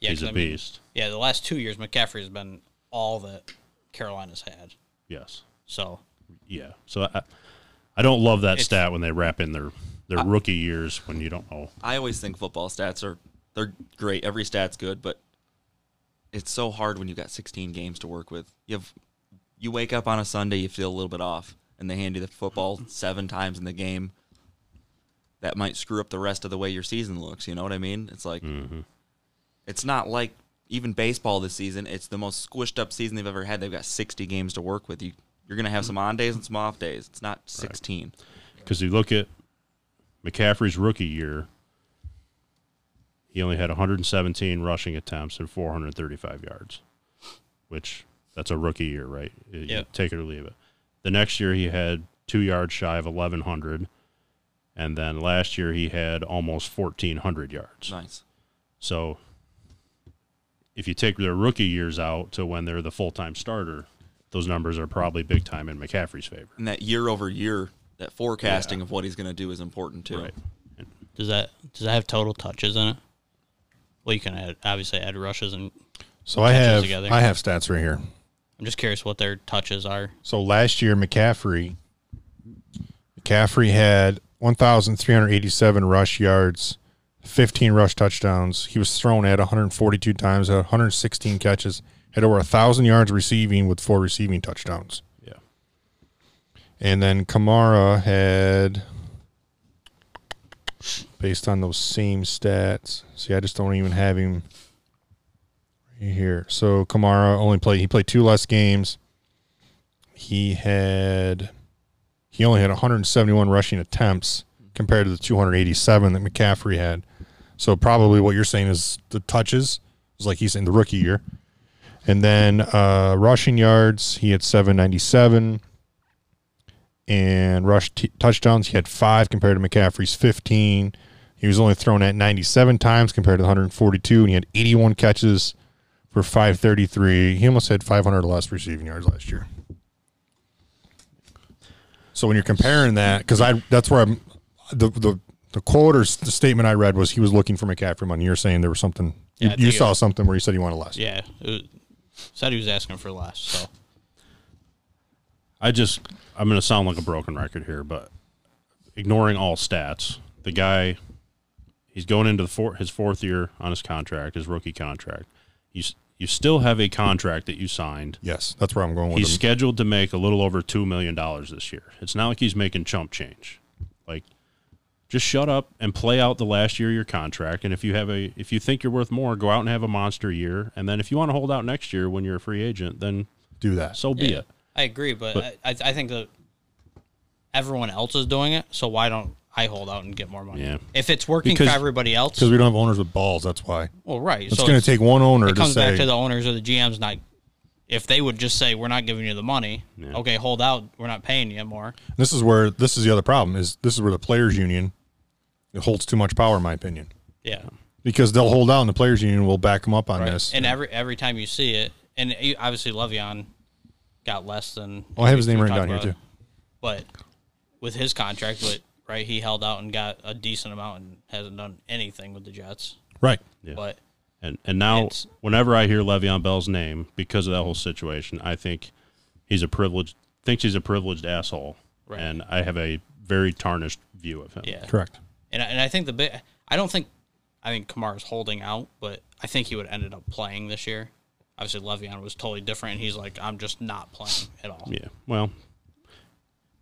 S3: Yeah,
S2: he's
S3: 'cause
S2: a
S3: I mean,
S2: beast.
S3: yeah, the last two years McCaffrey's been all that Carolina's had.
S2: Yes.
S3: So
S2: Yeah. So I, I don't love that
S3: It's-
S2: stat when they wrap in their their rookie years when you don't know.
S4: I always think football stats are they're great. Every stat's good, but it's so hard when you've got 16 games to work with. You have you wake up on a Sunday, you feel a little bit off, and they hand you the football seven times in the game. That might screw up the rest of the way your season looks. You know what I mean? It's like it's not like even baseball this season, it's the most squished up season they've ever had. They've got 60 games to work with. You, you're going to have some on days and some off days. It's not 16.
S2: Because you look at McCaffrey's rookie year, he only had 117 rushing attempts and 435 yards, which that's a rookie year, right? You- you
S3: Yeah.
S2: Take it or leave it. The next year, he had two yards shy of 1,100. And then last year, he had almost 1,400 yards.
S4: Nice.
S2: So if you take their rookie years out to when they're the full time starter, those numbers are probably big time in McCaffrey's favor.
S4: And that year over year, that forecasting of what he's going to do is important too.
S2: Right.
S3: Does that does that have total touches in it? Well, you can add, obviously add rushes, and
S1: So I
S3: Catches
S1: have
S3: together.
S1: I have stats right here.
S3: I'm just curious what their touches are.
S1: So last year McCaffrey McCaffrey had 1387 rush yards, 15 rush touchdowns. He was thrown at 142 times, had 116 catches, had over 1000 yards receiving with four receiving touchdowns.
S2: Yeah.
S1: And then Kamara had, based on those same stats. See, I just don't even have him right here. So Kamara only played. He played two less games. He had, he only had 171 rushing attempts compared to the 287 that McCaffrey had. So probably what you're saying is the touches is like he's in the rookie year. And then uh, rushing yards, he had 797 and rush t- touchdowns. He had five compared to McCaffrey's 15. He was only thrown at 97 times compared to 142, and he had 81 catches for 533. He almost had 500 less receiving yards last year. So when you're comparing that, because I that's where I'm the the the quote or s- the statement I read was he was looking for McCaffrey money. You're saying there was something
S3: Yeah, I
S1: you, you
S3: think it-
S1: saw something where you said he wanted less.
S3: Yeah, it was- said he was asking for less. So
S2: I just I'm going to sound like a broken record here, but ignoring all stats, the guy he's going into the four, his fourth year on his contract, his rookie contract. You s- you still have a contract that you signed.
S1: Yes, that's where I'm going with
S2: He's
S1: him.
S2: scheduled to make a little over two million dollars this year. It's not like he's making chump change. Like, just shut up and play out the last year of your contract. And if you have a, if you think you're worth more, go out and have a monster year. And then if you want to hold out next year when you're a free agent, then
S1: Do that.
S2: so be
S3: Yeah.
S2: it.
S3: I agree, but, I, I I think that everyone else is doing it. So why don't I hold out and get more money?
S2: Yeah.
S3: If it's working
S2: Because-
S3: for everybody else,
S1: Because we don't have owners with balls. That's why.
S3: well, right.
S1: It's
S3: so
S1: going to take one owner
S3: it
S1: to
S3: comes
S1: say.
S3: back to the owners or the GMs not. If they would just say we're not giving you the money, okay, hold out. We're not paying you more.
S1: this is where this is the other problem is this is where the players union it holds too much power, in my opinion,
S3: Yeah,
S1: because they'll hold out and the players union will back them up on this.
S3: and every every time you see it, and you- obviously Le'Veon got less than.
S1: oh, I have his name
S3: we
S1: written
S3: talked
S1: down here
S3: about
S1: too.
S3: it, But with his contract, but right, he held out and got a decent amount and hasn't done anything with the Jets.
S1: Right.
S3: But
S2: And and now,
S3: It's-
S2: whenever I hear Le'Veon Bell's name because of that whole situation, I think he's a privileged thinks he's a privileged asshole,
S3: Right.
S2: and I have a very tarnished view of him.
S3: yeah,
S1: Correct.
S3: And I, and I think the big, I don't think, I think Kamara's holding out, but I think he would have ended up playing this year. Obviously, Le'Veon was totally different. And he's like, I'm just not playing at all.
S2: Yeah. Well,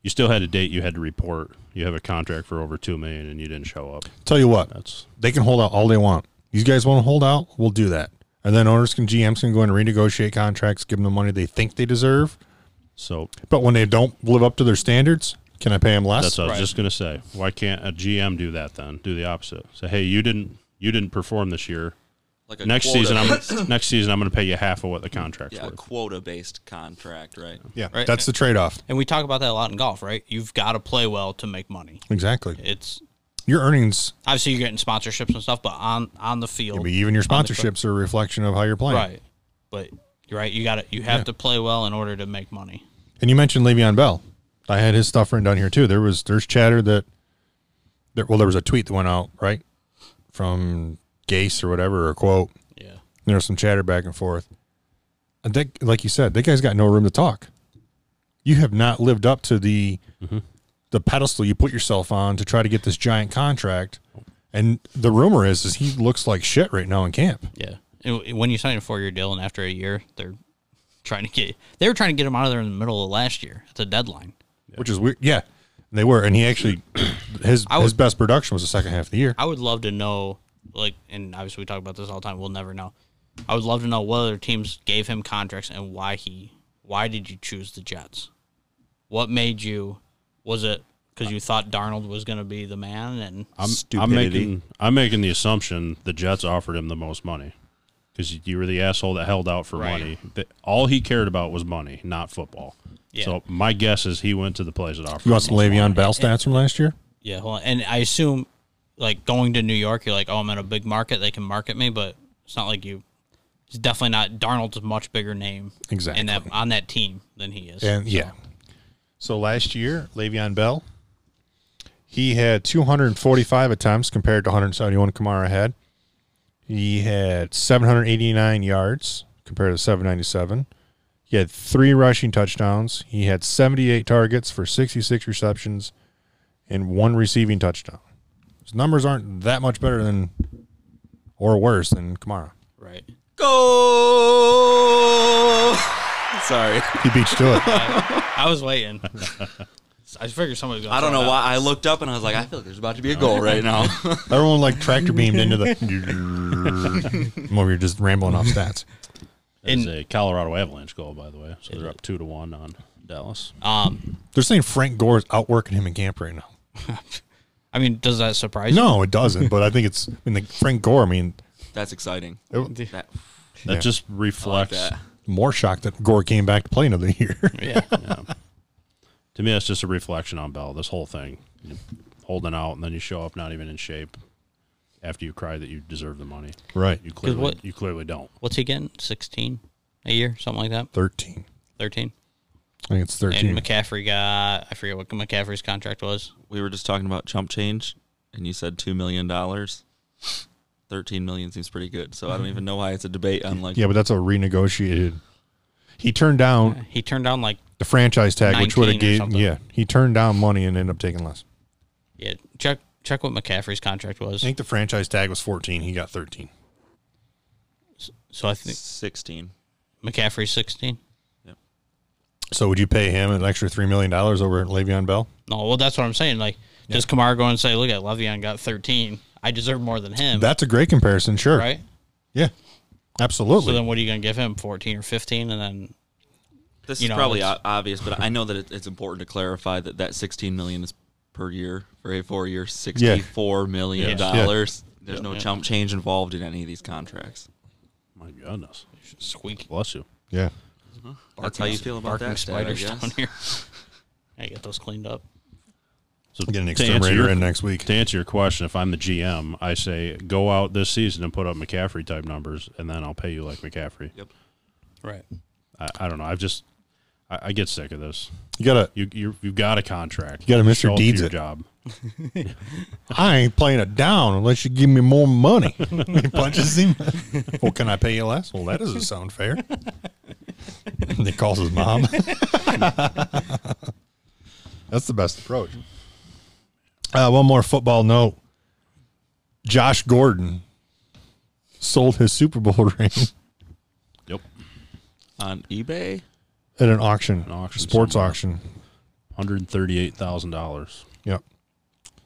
S2: you still had a date you had to report. You have a contract for over two million, and you didn't show up.
S1: Tell you what,
S2: That's
S1: they can hold out all they want. These guys want to hold out, we'll do that. And then owners can GMs can go and renegotiate contracts, give them the money they think they deserve.
S2: so.
S1: But when they don't live up to their standards, can I pay them less?
S2: That's what I was
S3: Right.
S2: just gonna say. Why can't a GM do that then? Do the opposite. Say, hey, you didn't you didn't perform this year.
S4: Like a
S2: Next
S4: quota
S2: season, *laughs*
S4: based-
S2: I'm next season I'm gonna *coughs* pay you half of what the contract's
S4: yeah, a
S2: worth.
S4: quota based contract, right?
S1: yeah,
S3: Right.
S1: that's the trade off.
S3: And we talk about that a lot in golf, right? You've got to play well to make money.
S1: Exactly.
S3: It's
S1: Your earnings,
S3: obviously you're getting sponsorships and stuff, but on on the field,
S1: even your
S3: on the court-
S1: sponsorships are a reflection of how you're playing.
S3: right? But you're right. You got to You have to play well in order to make money.
S1: And you mentioned Le'Veon Bell. I had his stuff written down here too. There was there's chatter that there well there was a tweet that went out right from Gase or whatever or a quote.
S3: Yeah.
S1: There was some chatter back and forth. And that, like you said, that guy's got no room to talk. You have not lived up to the
S3: Mm-hmm.
S1: the pedestal you put yourself on to try to get this giant contract. And the rumor is is he looks like shit right now in camp.
S3: Yeah. And w- when you sign a four year deal and after a year, they're trying to get they were trying to get him out of there in the middle of last year at the deadline.
S1: Which is weird. Yeah. They were. And he actually *clears throat* his
S3: I
S1: his
S3: would-
S1: best production was the second half of the year.
S3: I would love to know like and obviously we talk about this all the time, we'll never know. I would love to know what other teams gave him contracts and why he why did you choose the Jets? What made you was it because you thought Darnold was going to be the man and
S2: I'm, I'm
S5: Stupidity.
S2: making I'm making the assumption the Jets offered him the most money because you were the asshole that held out for
S3: Right.
S2: money. Th- All he cared about was money, not football.
S3: Yeah.
S2: So my guess is he went to the place that offered.
S1: You want some Le'Veon Bell stats from last year?
S3: yeah, hold on. and I assume like going to New York, you're like, oh, I'm in a big market, they can market me, but it's not like you. It's definitely not Darnold's a much bigger name in that
S1: Exactly.
S3: on that team than he is.
S1: And yeah. So last year, Le'Veon Bell, he had 245 attempts compared to 171 Kamara had. He had 789 yards compared to 797. He had three rushing touchdowns. He had 78 targets for 66 receptions and one receiving touchdown. His numbers aren't that much better than or worse than Kamara.
S3: Right.
S2: *laughs*
S4: Go. Sorry.
S1: He beats to it.
S3: I was waiting. *laughs* I figured somebody was going to
S4: I don't know why. I looked up and I was like, I feel like there's about to be a goal right now.
S1: Everyone like tractor beamed into the. I'm over here just rambling off stats.
S2: *laughs* It's
S3: In-
S2: a Colorado Avalanche goal, by the way. So they're up two to one on Dallas.
S3: Um,
S1: They're saying Frank Gore is outworking him in camp right now.
S3: I mean, does that surprise you?
S1: No, it doesn't. But I think it's. I mean, the Frank Gore. I mean,
S4: That's exciting.
S1: it-
S4: That,
S2: That
S1: Yeah.
S2: just
S4: I like
S2: reflects.
S4: that.
S1: more shocked that Gore came back to play another *laughs* year.
S3: Yeah. *laughs*
S2: To me, that's just a reflection on Bell. This whole thing, You holding out, and then you show up not even in shape after you cry that you deserve the money.
S1: right.
S2: You clearly,
S3: what-
S2: you clearly don't.
S3: What's he getting? 16 a year, something like that?
S1: Thirteen.
S3: 13?
S1: I think it's
S3: And
S1: thirteen.
S3: McCaffrey got, I forget what McCaffrey's contract was.
S4: We were just talking about chump change, and you said two million dollars. Thirteen million seems pretty good. So I don't even know why it's a debate on like
S1: yeah, but that's a renegotiated. He turned down
S3: He turned down like,
S1: the franchise tag, which would
S3: 19
S1: have
S3: or
S1: gave.
S3: something.
S1: Yeah, he turned down money and ended up taking less.
S3: yeah, check check what McCaffrey's contract was.
S1: I think the franchise tag was fourteen. He got thirteen.
S3: So I think
S4: sixteen.
S3: McCaffrey's 16.
S1: So would you pay him an extra three million dollars over Le'Veon Bell?
S3: No, well, that's what I'm saying. Like, does Kamara go and say, look at Le'Veon got 13. I deserve more than him,
S1: That's a great comparison. Sure.
S3: right?
S1: Yeah. Absolutely.
S3: So then what are you going to give him, 14 or 15? And then,
S4: This
S3: You
S4: is
S3: know,
S4: probably
S3: it's-
S4: o- obvious, but I know that it, it's important to clarify that that sixteen million is per year for a four-year, sixty-four million
S2: Yeah.
S4: dollars. There's no chump change involved in any of these contracts.
S2: My goodness,
S3: squeak.
S2: bless you.
S1: yeah.
S4: That's how you feel about
S3: barking
S4: that. Stat, I
S3: spiders
S4: guess.
S3: down here. *laughs* I get those cleaned up.
S2: So
S1: Get an
S2: to answer
S1: exterminator
S2: your-
S1: in next week.
S2: To answer your question, if I'm the GM, I say go out this season and put up McCaffrey type numbers, and then I'll pay you like McCaffrey.
S4: Yep.
S3: Right.
S2: I, I don't know. I've just I, I get sick of this.
S1: You gotta.
S2: You you you've got a contract.
S1: You gotta Mr.
S2: Show up to
S1: Deeds
S2: your
S1: it.
S2: job.
S1: I ain't playing it down unless you give me more
S2: *laughs*
S1: money. he punches him. well, can I pay you less? Well, that doesn't sound *laughs* fair. And he calls his mom. *laughs* That's the best approach. Uh, one more football note. Josh Gordon sold his Super Bowl *laughs* ring
S2: Yep.
S4: On eBay,
S1: at an auction,
S2: auction
S1: sports
S2: somewhere.
S1: auction.
S2: Hundred thirty eight thousand dollars.
S1: Yep.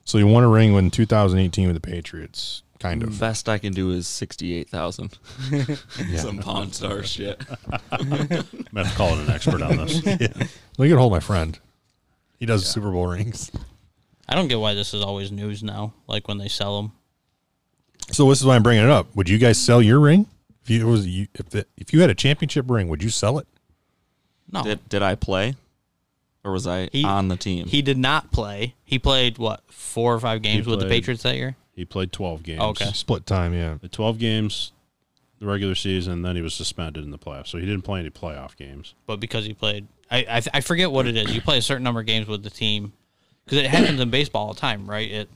S1: So he won a ring in 2018 with the Patriots, kind of.
S4: best I can do is sixty-eight thousand. Some
S3: *laughs*
S4: pawn star shit.
S2: I'm gonna have to call in an expert
S1: *laughs*
S2: on this.
S1: Well, you can hold my friend. He does Super Bowl rings.
S3: I don't get why this is always news now. Like when they sell them,
S1: So this is why I'm bringing it up. Would you guys sell your ring? If you it was you, if the, if you had a championship ring, would you sell it?
S3: no,
S4: Did did I play, or was I
S3: Oh. He-
S4: on the team?
S3: he did not play. He played what four or five games with the
S2: played-
S3: Patriots that year.
S2: He played twelve games.
S3: Oh, Okay.
S1: Split time, yeah.
S2: The twelve games, the regular season, then he was suspended in the playoffs. So he didn't play any playoff games.
S3: But because he played, I I, I forget what it is. You play a certain number of games with the team because it happens in baseball all the time, right? It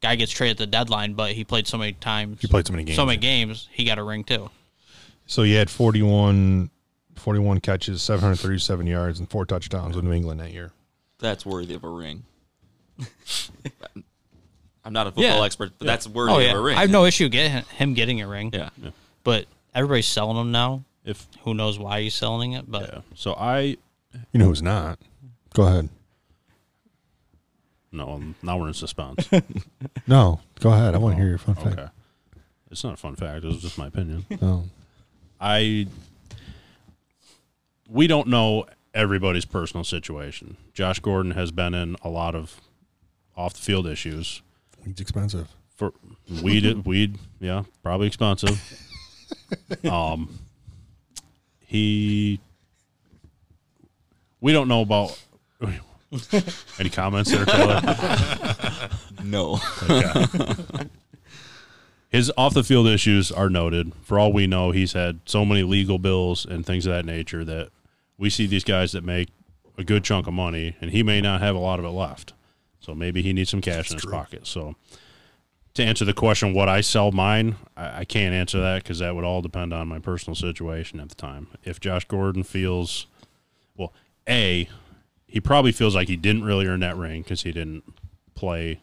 S3: guy gets traded at the deadline, but he played so many times.
S1: He played so many games.
S3: so many games. He got a ring too.
S1: So you had 41, 41 catches, 737 yards, and four touchdowns with New England that year.
S4: that's worthy of
S3: *laughs*
S4: a ring. I'm not a football
S3: Yeah.
S4: expert, but that's worthy
S3: Oh
S4: of
S3: yeah,
S4: a ring.
S3: I have no issue get him getting a ring.
S4: Yeah.
S3: but everybody's selling them now.
S2: If
S3: Who knows why he's selling it? But
S2: yeah. So I
S1: You know who's not? Go ahead.
S2: no now we're in suspense.
S1: Oh, No, go ahead. I want to hear your fun fact.
S2: Okay. It's not a fun fact. It was just my opinion.
S1: No.
S2: I we don't know everybody's personal situation. Josh Gordon has been in a lot of off the field issues
S1: It's expensive.
S2: for weed weed yeah probably expensive um he we don't know about *laughs* any comments there Taylor?
S4: *laughs* No.
S2: his off the field issues are noted for all we know he's had so many legal bills and things of that nature that we see these guys that make a good chunk of money and he may not have a lot of it left so maybe he needs some cash in his pocket so to answer the question what I sell mine, I, I can't answer that because that would all depend on my personal situation at the time. If Josh Gordon feels, well, A, he probably feels like he didn't really earn that ring because he didn't play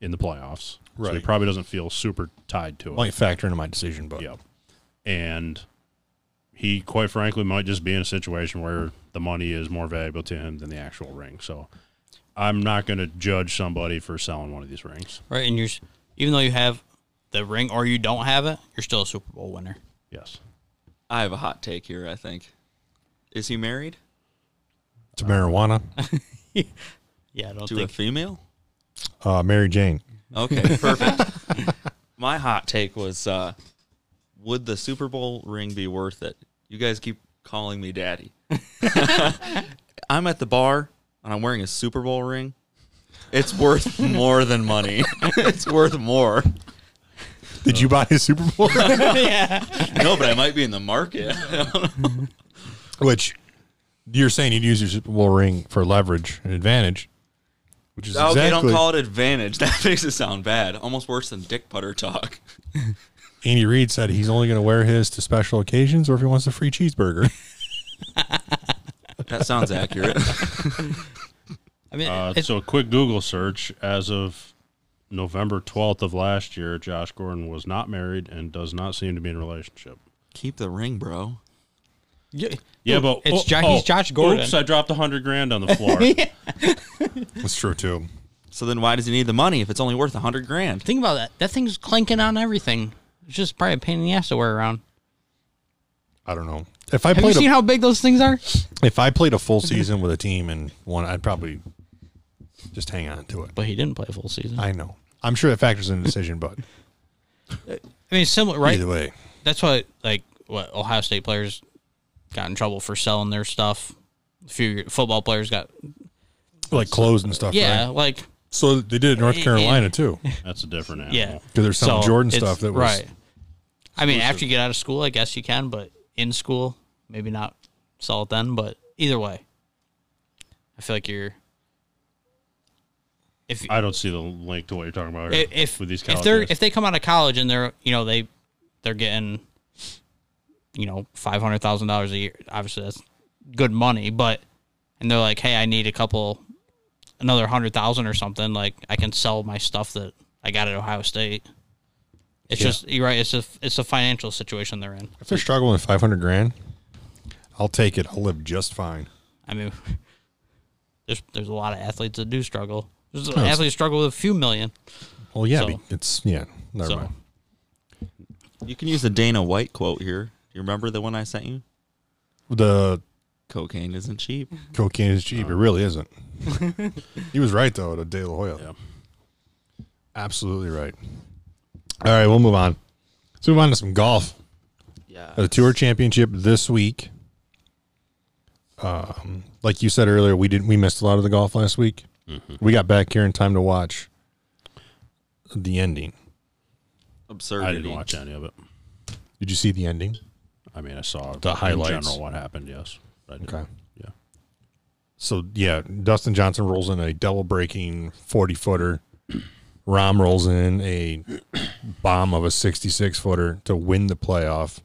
S2: in the playoffs. So he
S1: Right.
S2: probably doesn't feel super tied to it.
S1: Might factor into my decision, but
S2: Yep. And he, quite frankly, might just be in a situation where the money is more valuable to him than the actual ring. So I'm not going to judge somebody for selling one of these rings.
S3: right? And you're s- even though you have the ring or you don't have it, you're still a Super Bowl winner.
S2: Yes.
S4: I have a hot take here, I think. Is he married
S1: it's marijuana.
S3: Yeah, I don't
S4: to a
S3: think
S4: female?
S1: Uh, Mary Jane.
S4: Okay, *laughs* perfect. My hot take was uh, would the Super Bowl ring be worth it? You guys keep calling me daddy. *laughs* I'm at the bar and I'm wearing a Super Bowl ring. It's worth more than money. *laughs* it's worth more.
S1: Did you buy his Super Bowl?
S3: yeah.
S4: No, but I might be in the market.
S1: Which you're saying you'd use your Super Bowl ring for leverage and advantage, which is
S4: Oh, Okay,
S1: exactly
S4: don't call it advantage. *laughs* That makes it sound bad. Almost worse than dick putter talk.
S1: Andy Reid said he's only going to wear his to special occasions or if he wants a free cheeseburger. *laughs*
S4: That sounds accurate.
S3: I mean,
S2: Uh,
S3: it's,
S2: so a quick Google search as of November 12th of last year, Josh Gordon was not married and does not seem to be in a relationship.
S4: *laughs* Keep the ring, bro.
S2: Yeah, but oh,
S3: it's Jo- he's Josh Gordon.
S2: Oops, I dropped a hundred grand
S3: *laughs*
S2: on the floor.
S1: That's true too.
S4: So then why does he need the money if it's only worth a hundred grand?
S3: think about that. That thing's clanking on everything. It's just probably a pain in the ass to wear around.
S1: I don't know. If I
S3: Have you
S1: played
S3: seen
S1: a,
S3: how big those things are?
S1: if I played a full season with a team and won, I'd probably just hang on to it.
S3: But he didn't play full season. I,
S1: I know. I'm sure that factors in the decision, but
S3: mean, similar, right?
S1: either way,
S3: That's what like what Ohio State players got in trouble for selling their stuff. A few football players got
S1: like clothes and stuff.
S3: yeah,
S1: right?
S3: like
S1: So they did it in North
S3: Eh, eh.
S1: Carolina too.
S2: That's a different animal.
S3: yeah.
S1: Because there's some
S3: So,
S1: Jordan
S3: it's-
S1: stuff that was
S3: right. I mean, after you get out of school, I guess you can, but in school, maybe not sell it then. But either way, I feel like you're if
S2: I don't see the link to what you're talking about. Here
S3: if if,
S2: with these college
S3: if they're
S2: guys.
S3: if they come out of college and they're you know they they're getting you know five hundred thousand dollars a year. Obviously, that's good money, but and they're like, hey, I need a couple another hundred thousand or something. Like I can sell my stuff that I got at Ohio State. It's just you're right. It's a it's a financial situation they're in.
S1: If they're struggling with 500 grand, I'll take it. I'll live just fine.
S3: I mean, *laughs* there's there's a lot of athletes that do struggle. There's
S1: it's-
S3: athletes struggle with a few million.
S1: Well, yeah,
S3: So-
S1: be- it's yeah. Never
S3: so
S1: mind.
S4: You can use the Dana White quote here. Do you remember the one I sent you?
S1: The
S4: Cocaine isn't cheap.
S3: Mm-hmm.
S1: cocaine is cheap.
S3: Uh,
S1: It really
S3: *laughs*
S1: isn't. he was right though. To De La Hoya.
S2: Yeah.
S1: Absolutely right. All right, we'll move on. Let's move on to some golf.
S4: Yeah.
S1: The Tour Championship this week. Um, like you said earlier, we didn't we missed a lot of the golf last week.
S3: Mm-hmm.
S1: We got back here in time to watch the ending.
S4: Absurdity.
S2: I didn't watch any of it.
S1: Did you see the ending?
S2: I mean, I saw
S1: The
S2: in
S1: highlights.
S2: general what happened. Yes, I did.
S1: Okay.
S2: Yeah,
S1: So yeah, Dustin Johnson rolls in a double breaking forty footer. Rom rolls in a bomb of a sixty six footer to win the playoff.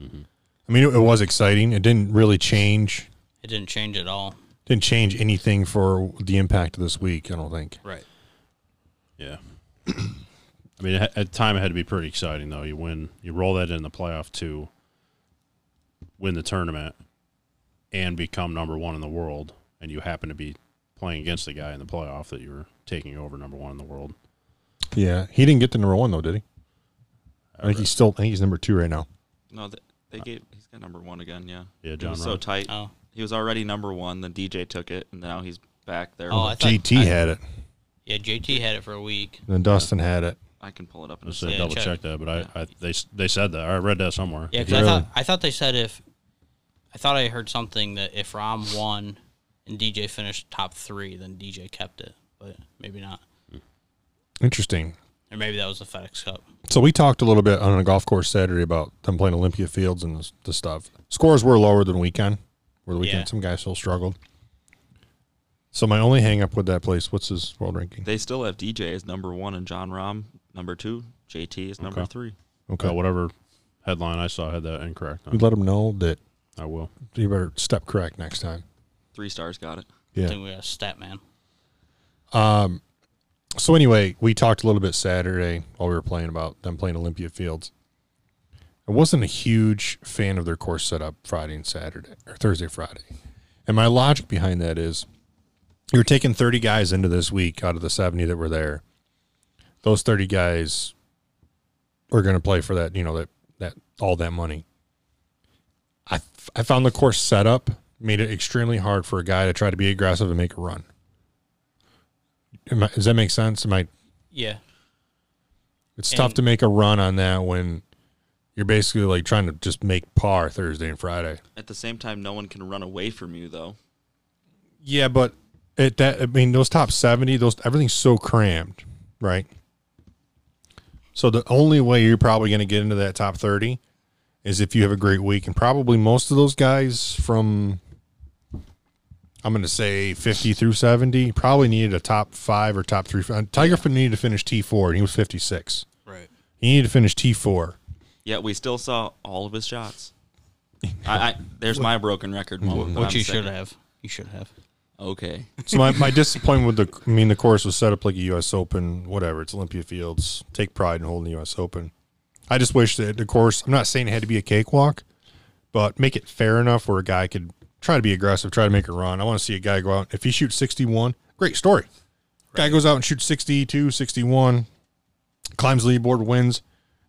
S1: I mean, it, it was exciting. It didn't really change.
S3: it didn't change at all.
S1: Didn't change anything for the impact of this week. I don't think.
S3: Right.
S2: yeah. *coughs* I mean, it ha- at the time it had to be pretty exciting though. You win, you roll that in the playoff to win the tournament and become number one in the world, and you happen to be playing against the guy in the playoff that you were taking over number one in the world.
S1: Yeah, he didn't get to number one though, did he? I think he's still. I think he's number two right now.
S4: No, they, they gave. He's got number one again. Yeah.
S2: Yeah,
S4: It
S2: John
S4: was so
S2: Rom-
S4: tight.
S3: Oh.
S4: He was already number one. Then DJ took it, and now he's back there.
S3: Oh, I thought
S1: JT
S3: I-
S1: had it.
S3: Yeah, JT had it for a week.
S1: Then Dustin had it.
S4: I can pull it up.
S2: I
S4: In a
S2: was
S4: sec.
S2: gonna
S3: Yeah,
S2: double
S3: check.
S2: check, that, but I, I they s- they said that. I read that somewhere.
S3: Yeah, because I thought I thought they said if I thought I heard something that if Rom won and DJ finished top three, then DJ kept it, but maybe not,
S1: Interesting.
S3: or maybe that was the FedEx Cup.
S1: So we talked a little bit on a golf course Saturday about them playing Olympia Fields and the, the stuff. Scores were lower than weekend. Where the weekend,
S3: Yeah.
S1: some guys still struggled. So my only hang up with that place, what's his world ranking?
S4: They still have DJ as number one and John Rom number two. JT is number
S2: Okay.
S4: three.
S1: Okay,
S2: Uh, whatever headline I saw had that incorrect.
S1: we
S2: On. it.
S1: let him know that
S2: I will.
S1: you better step correct next time.
S4: Three stars got it.
S3: I
S1: Yeah.
S3: think we got a stat man.
S1: So anyway, we talked a little bit Saturday while we were playing about them playing Olympia Fields. I wasn't a huge fan of their course setup Friday and Saturday or Thursday, Friday. And my logic behind that is you're taking 30 guys into this week out of the 70 that were there. Those 30 guys are going to play for that, you know, that, that all that money. I, f- I found the course setup made it extremely hard for a guy to try to be aggressive and make a run. Am I, does that make sense? Am I
S3: Yeah,
S1: it's tough
S3: And-
S1: to make a run on that when you're basically like trying to just make par Thursday and Friday.
S4: At the same time, no one can run away from you though.
S1: Yeah, but at that I mean those top 70, those everything's so crammed, right? So the only way you're probably going to get into that top 30 is if you have a great week and probably most of those guys from I'm going to say 50 through 70 probably needed a top 5 or top 3. Tiger needed to finish T4 and he was 56.
S3: right.
S1: He needed to finish T4.
S4: Yet we still saw all of his shots. I, I there's my broken record moment. but
S3: Which
S4: I'm
S3: you
S4: sick
S3: should
S4: of-
S3: have. You should have.
S4: Okay.
S1: So my, my disappointment with the I mean the course was set up like a U.S. Open, whatever. It's Olympia Fields. Take pride in holding the U.S. Open. I just wish that the course. I'm not saying it had to be a cakewalk, but make it fair enough where a guy could try to be aggressive, try to make a run. I want to see a guy go out. If he shoots 61, great story. Guy goes out and shoots 62, 61, climbs the leaderboard, wins.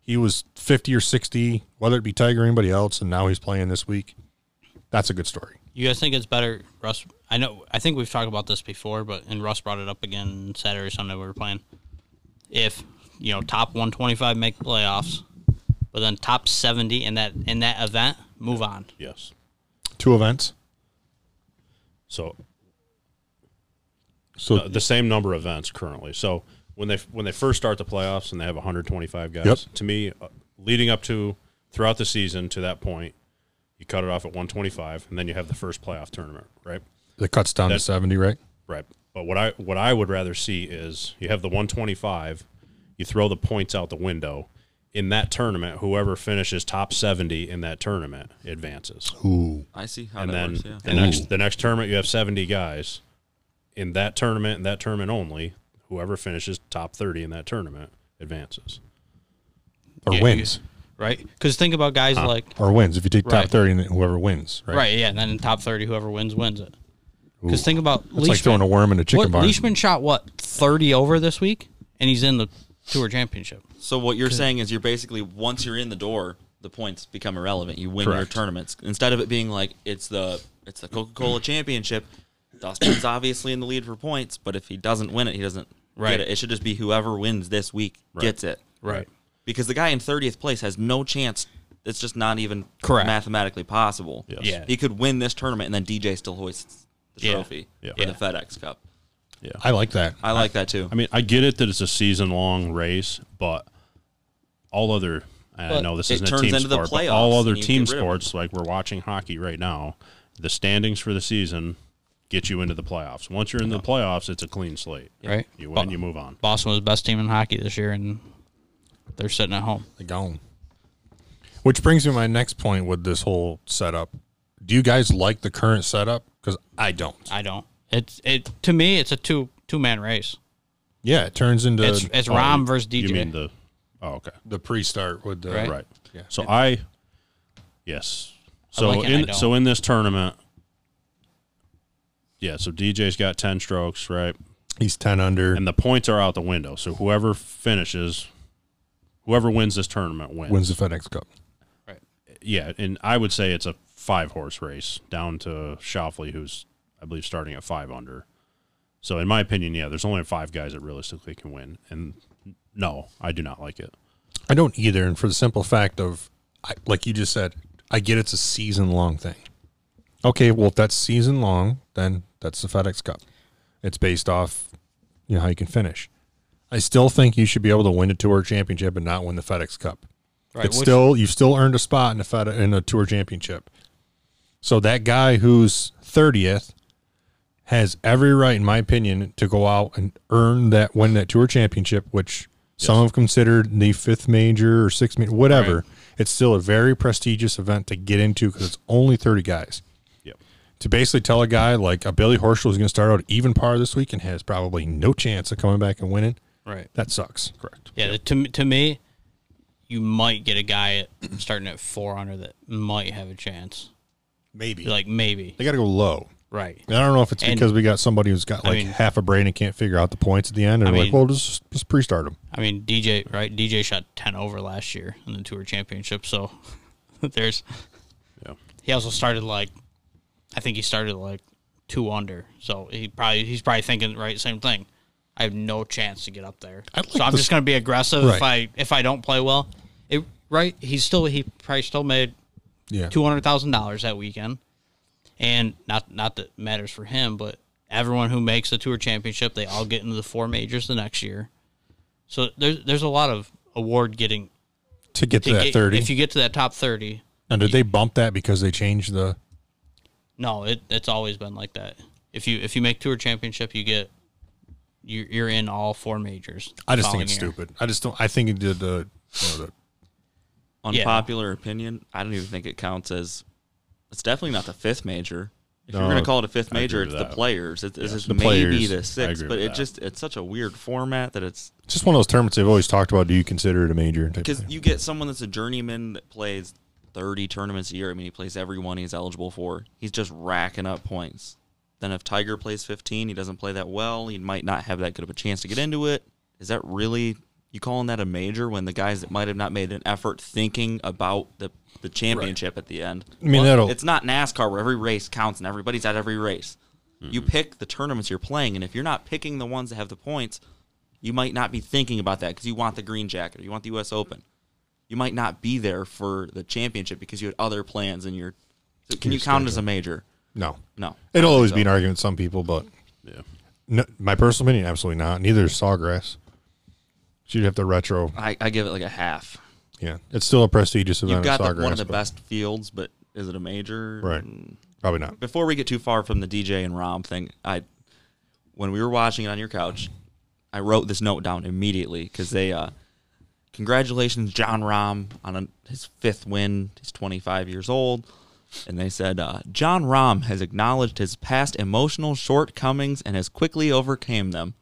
S1: He was 50 or 60, whether it be Tiger or anybody else, and now he's playing this week. That's a good story.
S3: You guys think it's better, Russ? I know. I think we've talked about this before, but and Russ brought it up again Saturday, Sunday. We were playing. If you know top 125 make playoffs, but then top 70 in that in that event move on.
S2: Yes.
S1: Two events.
S2: So
S1: So
S2: uh, the same number of events currently. So when they when they first start the playoffs and they have 125 guys,
S1: Yep.
S2: to me, uh, leading up to throughout the season to that point, you cut it off at 125, and then you have the first playoff tournament, right?
S1: that cuts down to
S2: That-
S1: 70, right?
S2: Right. But what I what I would rather see is you have the 125, you throw the points out the window. In that tournament, whoever finishes top 70 in that tournament advances.
S1: Ooh.
S4: I see how
S2: and
S4: that
S2: then
S4: works. Yeah.
S2: the next the next tournament you have 70 guys in that tournament and that tournament only whoever finishes top 30 in that tournament advances
S1: Or
S3: Yeah, you-
S1: wins.
S3: right? Because think about guys like
S1: or wins. If you take top
S3: Right.
S1: 30 and then whoever wins, right?
S3: right. yeah, and then in top 30, whoever wins wins it.
S1: Ooh.
S3: Because think about
S1: It's like throwing a worm in a chicken
S3: what,
S1: barn.
S3: Leishman shot what 30 over this week, and he's in the tour championship.
S4: So what you're saying is you're basically once you're in the door, the points become irrelevant. You win your
S2: Correct.
S4: tournaments instead of it being like it's the it's the Coca Cola Championship. Dustin's obviously in the lead for points, but if he doesn't win it, he doesn't
S3: Right.
S4: get it. It should just be whoever wins this week gets it.
S3: Right.
S4: Because the guy in 30th place has no chance. It's just not even
S3: Correct.
S4: mathematically possible.
S2: Yes.
S3: Yeah.
S4: He could win this tournament and then DJ still hoists the
S3: Yeah.
S4: trophy
S2: Yeah.
S4: for
S2: Yeah.
S4: the FedEx Cup.
S1: I like that.
S4: I like that too.
S2: i mean i get it that it's a season long race but all other and i
S3: But
S2: know this
S4: it
S2: isn't
S4: turns
S2: a team
S4: into the
S2: sport but
S4: playoffs
S2: all other
S4: and you
S2: team
S4: get rid of
S2: sports like we're watching hockey right now the standings for the season get you into the playoffs once you're in
S4: Uh-huh.
S2: the playoffs it's a clean slate
S3: Right.
S2: you win
S3: Bo-
S2: you move on
S3: Boston was the best team in hockey this year, and they're sitting at home.
S1: They're Gone. Which brings me to my next point with this whole setup. Do you guys like the current setup? Because I don't.
S3: I don't. It's it to me. It's a two two man race.
S1: Yeah, it turns into
S3: It's it's
S1: oh,
S3: Rom versus
S2: you
S3: DJ.
S2: mean the oh okay
S1: the pre-start with the
S3: Right.
S2: Right. So I, yes. So
S3: like it and I
S2: in
S3: don't.
S2: so in this tournament, yeah. So DJ's got ten strokes, right?
S1: He's ten under
S2: And the points are out the window. So whoever finishes, whoever wins this tournament wins.
S1: wins the FedEx Cup.
S3: right.
S2: yeah, and I would say it's a five horse race down to Shoffley, who's I believe starting at five under. So in my opinion, yeah, there's only five guys that realistically can win, and no, I do not like it.
S1: I don't either, and for the simple fact of, I, like you just said, I get it's a season long thing. Okay, well, if that's season long, then that's the FedEx Cup. It's based off, you know, how you can finish. I still think you should be able to win a tour championship and not win the FedEx Cup.
S3: Right,
S1: it's
S3: which-
S1: still you've still earned a spot in the Fed in a tour championship. So that guy who's thirtieth has every right, in my opinion, to go out and earn that win that tour championship, which some have considered the fifth major or sixth major, whatever. It's still a very prestigious event to get into because it's only thirty guys.
S2: Yep.
S1: To basically tell a guy like a Billy Horschel is going to start out even par this week and has probably no chance of coming back and winning,
S3: Right.
S1: that sucks.
S2: Correct.
S3: Yeah, to me- to me, you might get a guy at, starting at four under that might have a chance.
S1: Maybe
S3: Like maybe.
S1: they got to go low.
S3: Right.
S1: I don't know if it's
S3: And-
S1: because we got somebody who's got
S3: I
S1: like
S3: mean-
S1: half a brain and can't figure out the points at the end, and
S3: I
S1: like,
S3: mean-
S1: well, just just pre-start them.
S3: I mean, DJ right? DJ shot ten over last year in the tour championship. So *laughs* there's.
S2: Yeah.
S3: He also started like, I think he started like two under. So he probably he's probably thinking right same thing. I have no chance to get up there.
S1: I'd like
S3: so I'm
S1: to s-
S3: just going to be aggressive if
S1: Right.
S3: I if I don't play well. It right? He's still he probably still made
S1: Yeah,
S3: two hundred thousand dollars that weekend, and not not that it matters for him, but everyone who makes the tour championship, they all get into the four majors the next year. So there's there's a lot of award getting
S1: to get to,
S3: to
S1: that
S3: get-
S1: thirty.
S3: If you get to that top thirty,
S1: and did they bump that because they changed the?
S3: no, it, it's always been like that. If you if you make tour championship, you get you're, you're in all four majors. the
S1: I just think
S3: following
S1: it's
S3: year.
S1: stupid. I just don't. I think it did the. You know, the
S3: Yeah.
S4: Unpopular opinion. I don't even think it counts as. It's definitely not the fifth major. If
S1: No,
S4: you're going to call it a fifth
S2: I
S4: major,
S2: agree with
S4: it's the
S2: that.
S4: players. It, It's just
S2: the
S4: maybe
S2: players. I
S4: the sixth,
S2: agree
S4: but
S2: with
S4: it
S2: that.
S4: just it's such a weird format that it's
S1: it's just one of those tournaments they've always talked about. Do you consider it a major? type of
S4: because
S1: thing.
S4: you get someone that's a journeyman that plays 30 tournaments a year. I mean, he plays every one he's eligible for. He's just racking up points. Then if Tiger plays 15, he doesn't play that well. He might not have that good of a chance to get into it. Is that really you calling that a major when the guys that might have not made an effort thinking about the the championship at the end?
S1: I mean, that'll-
S4: it's not NASCAR where every race counts and everybody's at every race. You pick the tournaments you're playing, and if you're not picking the ones that have the points, you might not be thinking about that because you want the green jacket or you want the U.S. Open. You might not be there for the championship because you had other plans and you're. So can you count it as a major?
S1: no,
S4: No.
S1: it'll always be an argument with some people, but
S2: Yeah.
S1: no, my personal opinion, absolutely not. Neither is Sawgrass. So you'd have to retro.
S4: I, I give it like a half.
S1: Yeah, it's still a prestigious event.
S4: You've got
S1: at
S4: the,
S1: Sawgrass,
S4: one of the
S1: but-
S4: best fields, but is it a major?
S1: Right. Probably not.
S4: Before we get too far from the DJ and Rom thing, I when we were watching it on your couch, I wrote this note down immediately because they. Uh, Congratulations, John Rahm, on a, his fifth win. He's 25 years old. And they said, uh, John Rahm has acknowledged his past emotional shortcomings and has quickly overcame them.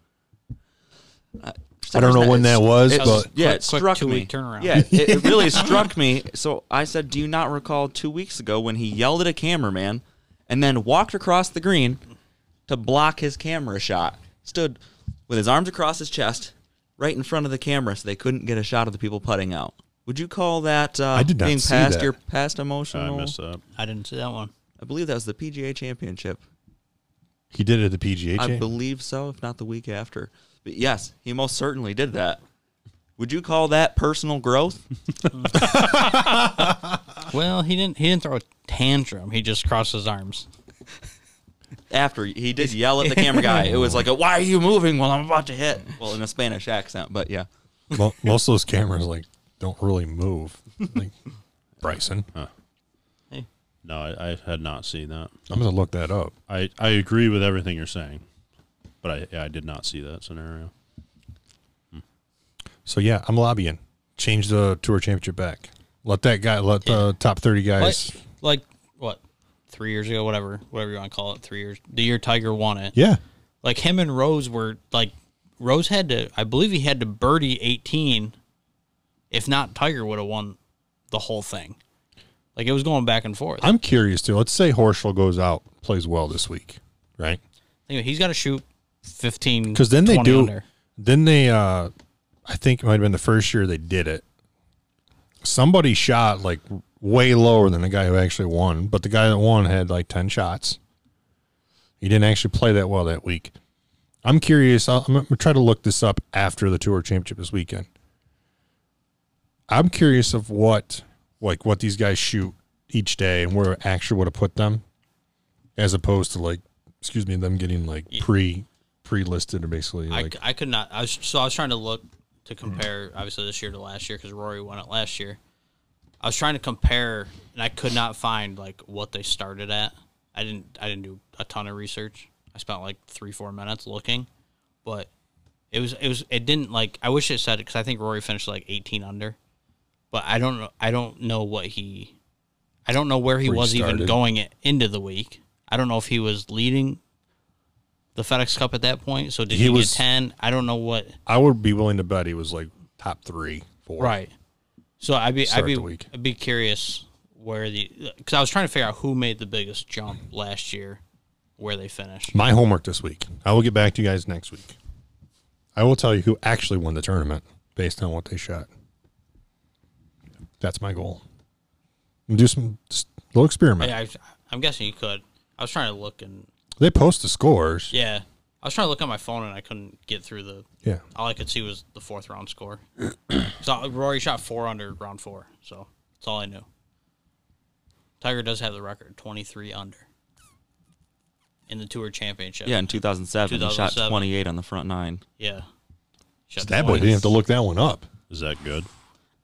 S4: Uh, for some
S1: I don't know
S4: reason,
S1: when
S4: it-
S1: that was,
S4: it-
S1: but-
S4: yeah,
S3: Quick-
S4: it
S3: quick
S4: struck me.
S3: two-week turnaround.
S4: Yeah, it, it really struck me. So I said, "Do you not recall two weeks ago when he yelled at a cameraman and then walked across the green to block his camera shot? Stood with his arms across his chest, right in front of the camera, so they couldn't get a shot of the people putting out." Would you call that uh,
S1: I did not
S4: being
S1: see
S4: past
S1: that.
S4: your past
S2: I
S4: emotional?
S2: missed that.
S3: I didn't see that one.
S4: I believe that was the PGA Championship.
S1: He did it at the PGA.
S4: I
S1: Champ-
S4: believe so, if not the week after. But yes, he most certainly did that. Would you call that personal growth?
S3: Well, he didn't he didn't throw a tantrum. He just crossed his arms.
S4: after he did yell at the camera guy. It was like, a, "Why are you moving while I'm about to hit?" Well, in a Spanish accent, but yeah, *laughs*
S1: Mo- most of those cameras like don't really move. Like Bryson,
S3: Hey,
S2: No, I, I had not seen that.
S1: I'm gonna look that up.
S2: I, I agree with everything you're saying, but I yeah, I did not see that scenario.
S1: So yeah, I'm lobbying. Change the tour championship back. Let that guy. Let the top 30 guys.
S3: Like, like what? Three years ago, whatever, whatever you want to call it. Three years, the year Tiger won it.
S1: Yeah,
S3: Like him and Rose were like, Rose had to, I believe he had to birdie eighteen. If not, Tiger would have won the whole thing. Like it was going back and forth.
S1: I'm curious too. Let's say Horschel goes out, plays well this week, right?
S3: Anyway, he's got to shoot fifteen.
S1: Because then they
S3: 20
S1: do.
S3: under.
S1: Then they. uh I think it might have been the first year they did it. Somebody shot like way lower than the guy who actually won. But the guy that won had like 10 shots. He didn't actually play that well that week. I'm curious. I'll, I'm going to try to look this up after the tour championship this weekend. I'm curious of what, like, what these guys shoot each day and where actually would have put them, as opposed to like, excuse me, them getting like pre pre listed or basically
S3: I,
S1: like
S3: c- I could not. I was so I was trying to look to compare obviously this year to last year because Rory won it last year. I was trying to compare and I could not find like what they started at. I didn't. I didn't do a ton of research. I spent like three four minutes looking, but it was it was it didn't like. I wish it said it because I think Rory finished like eighteen under, but I don't know. I don't know what he. I don't know where he
S1: Where he
S3: was even
S1: started.
S3: going it, into the week. I don't know if he was leading the FedEx Cup at that point. So did
S1: He
S3: he,
S1: was-
S3: get ten? I don't know what.
S1: I would be willing to bet he was like top three, four.
S3: So I'd be
S1: Start
S3: I'd be
S1: the week.
S3: I'd be curious where the because I was trying to figure out who made the biggest jump last year, where they finished.
S1: My homework this week. I will get back to you guys next week. I will tell you who actually won the tournament based on what they shot. That's my goal. And do some just little experiment.
S3: Yeah, I, I'm guessing you could. I was trying to look and
S1: They post the scores.
S3: yeah, I was trying to look on my phone and I couldn't get through the.
S1: Yeah.
S3: All I could see was the fourth round score. *clears throat* so Rory shot four under round four. So that's all I knew. Tiger does have the record, twenty three under. In the Tour Championship.
S4: Yeah, in 2007, he
S3: 2007.
S4: shot 28 on the front nine.
S3: Yeah. Shut
S1: That boy didn't have to look that one up.
S2: Is that good?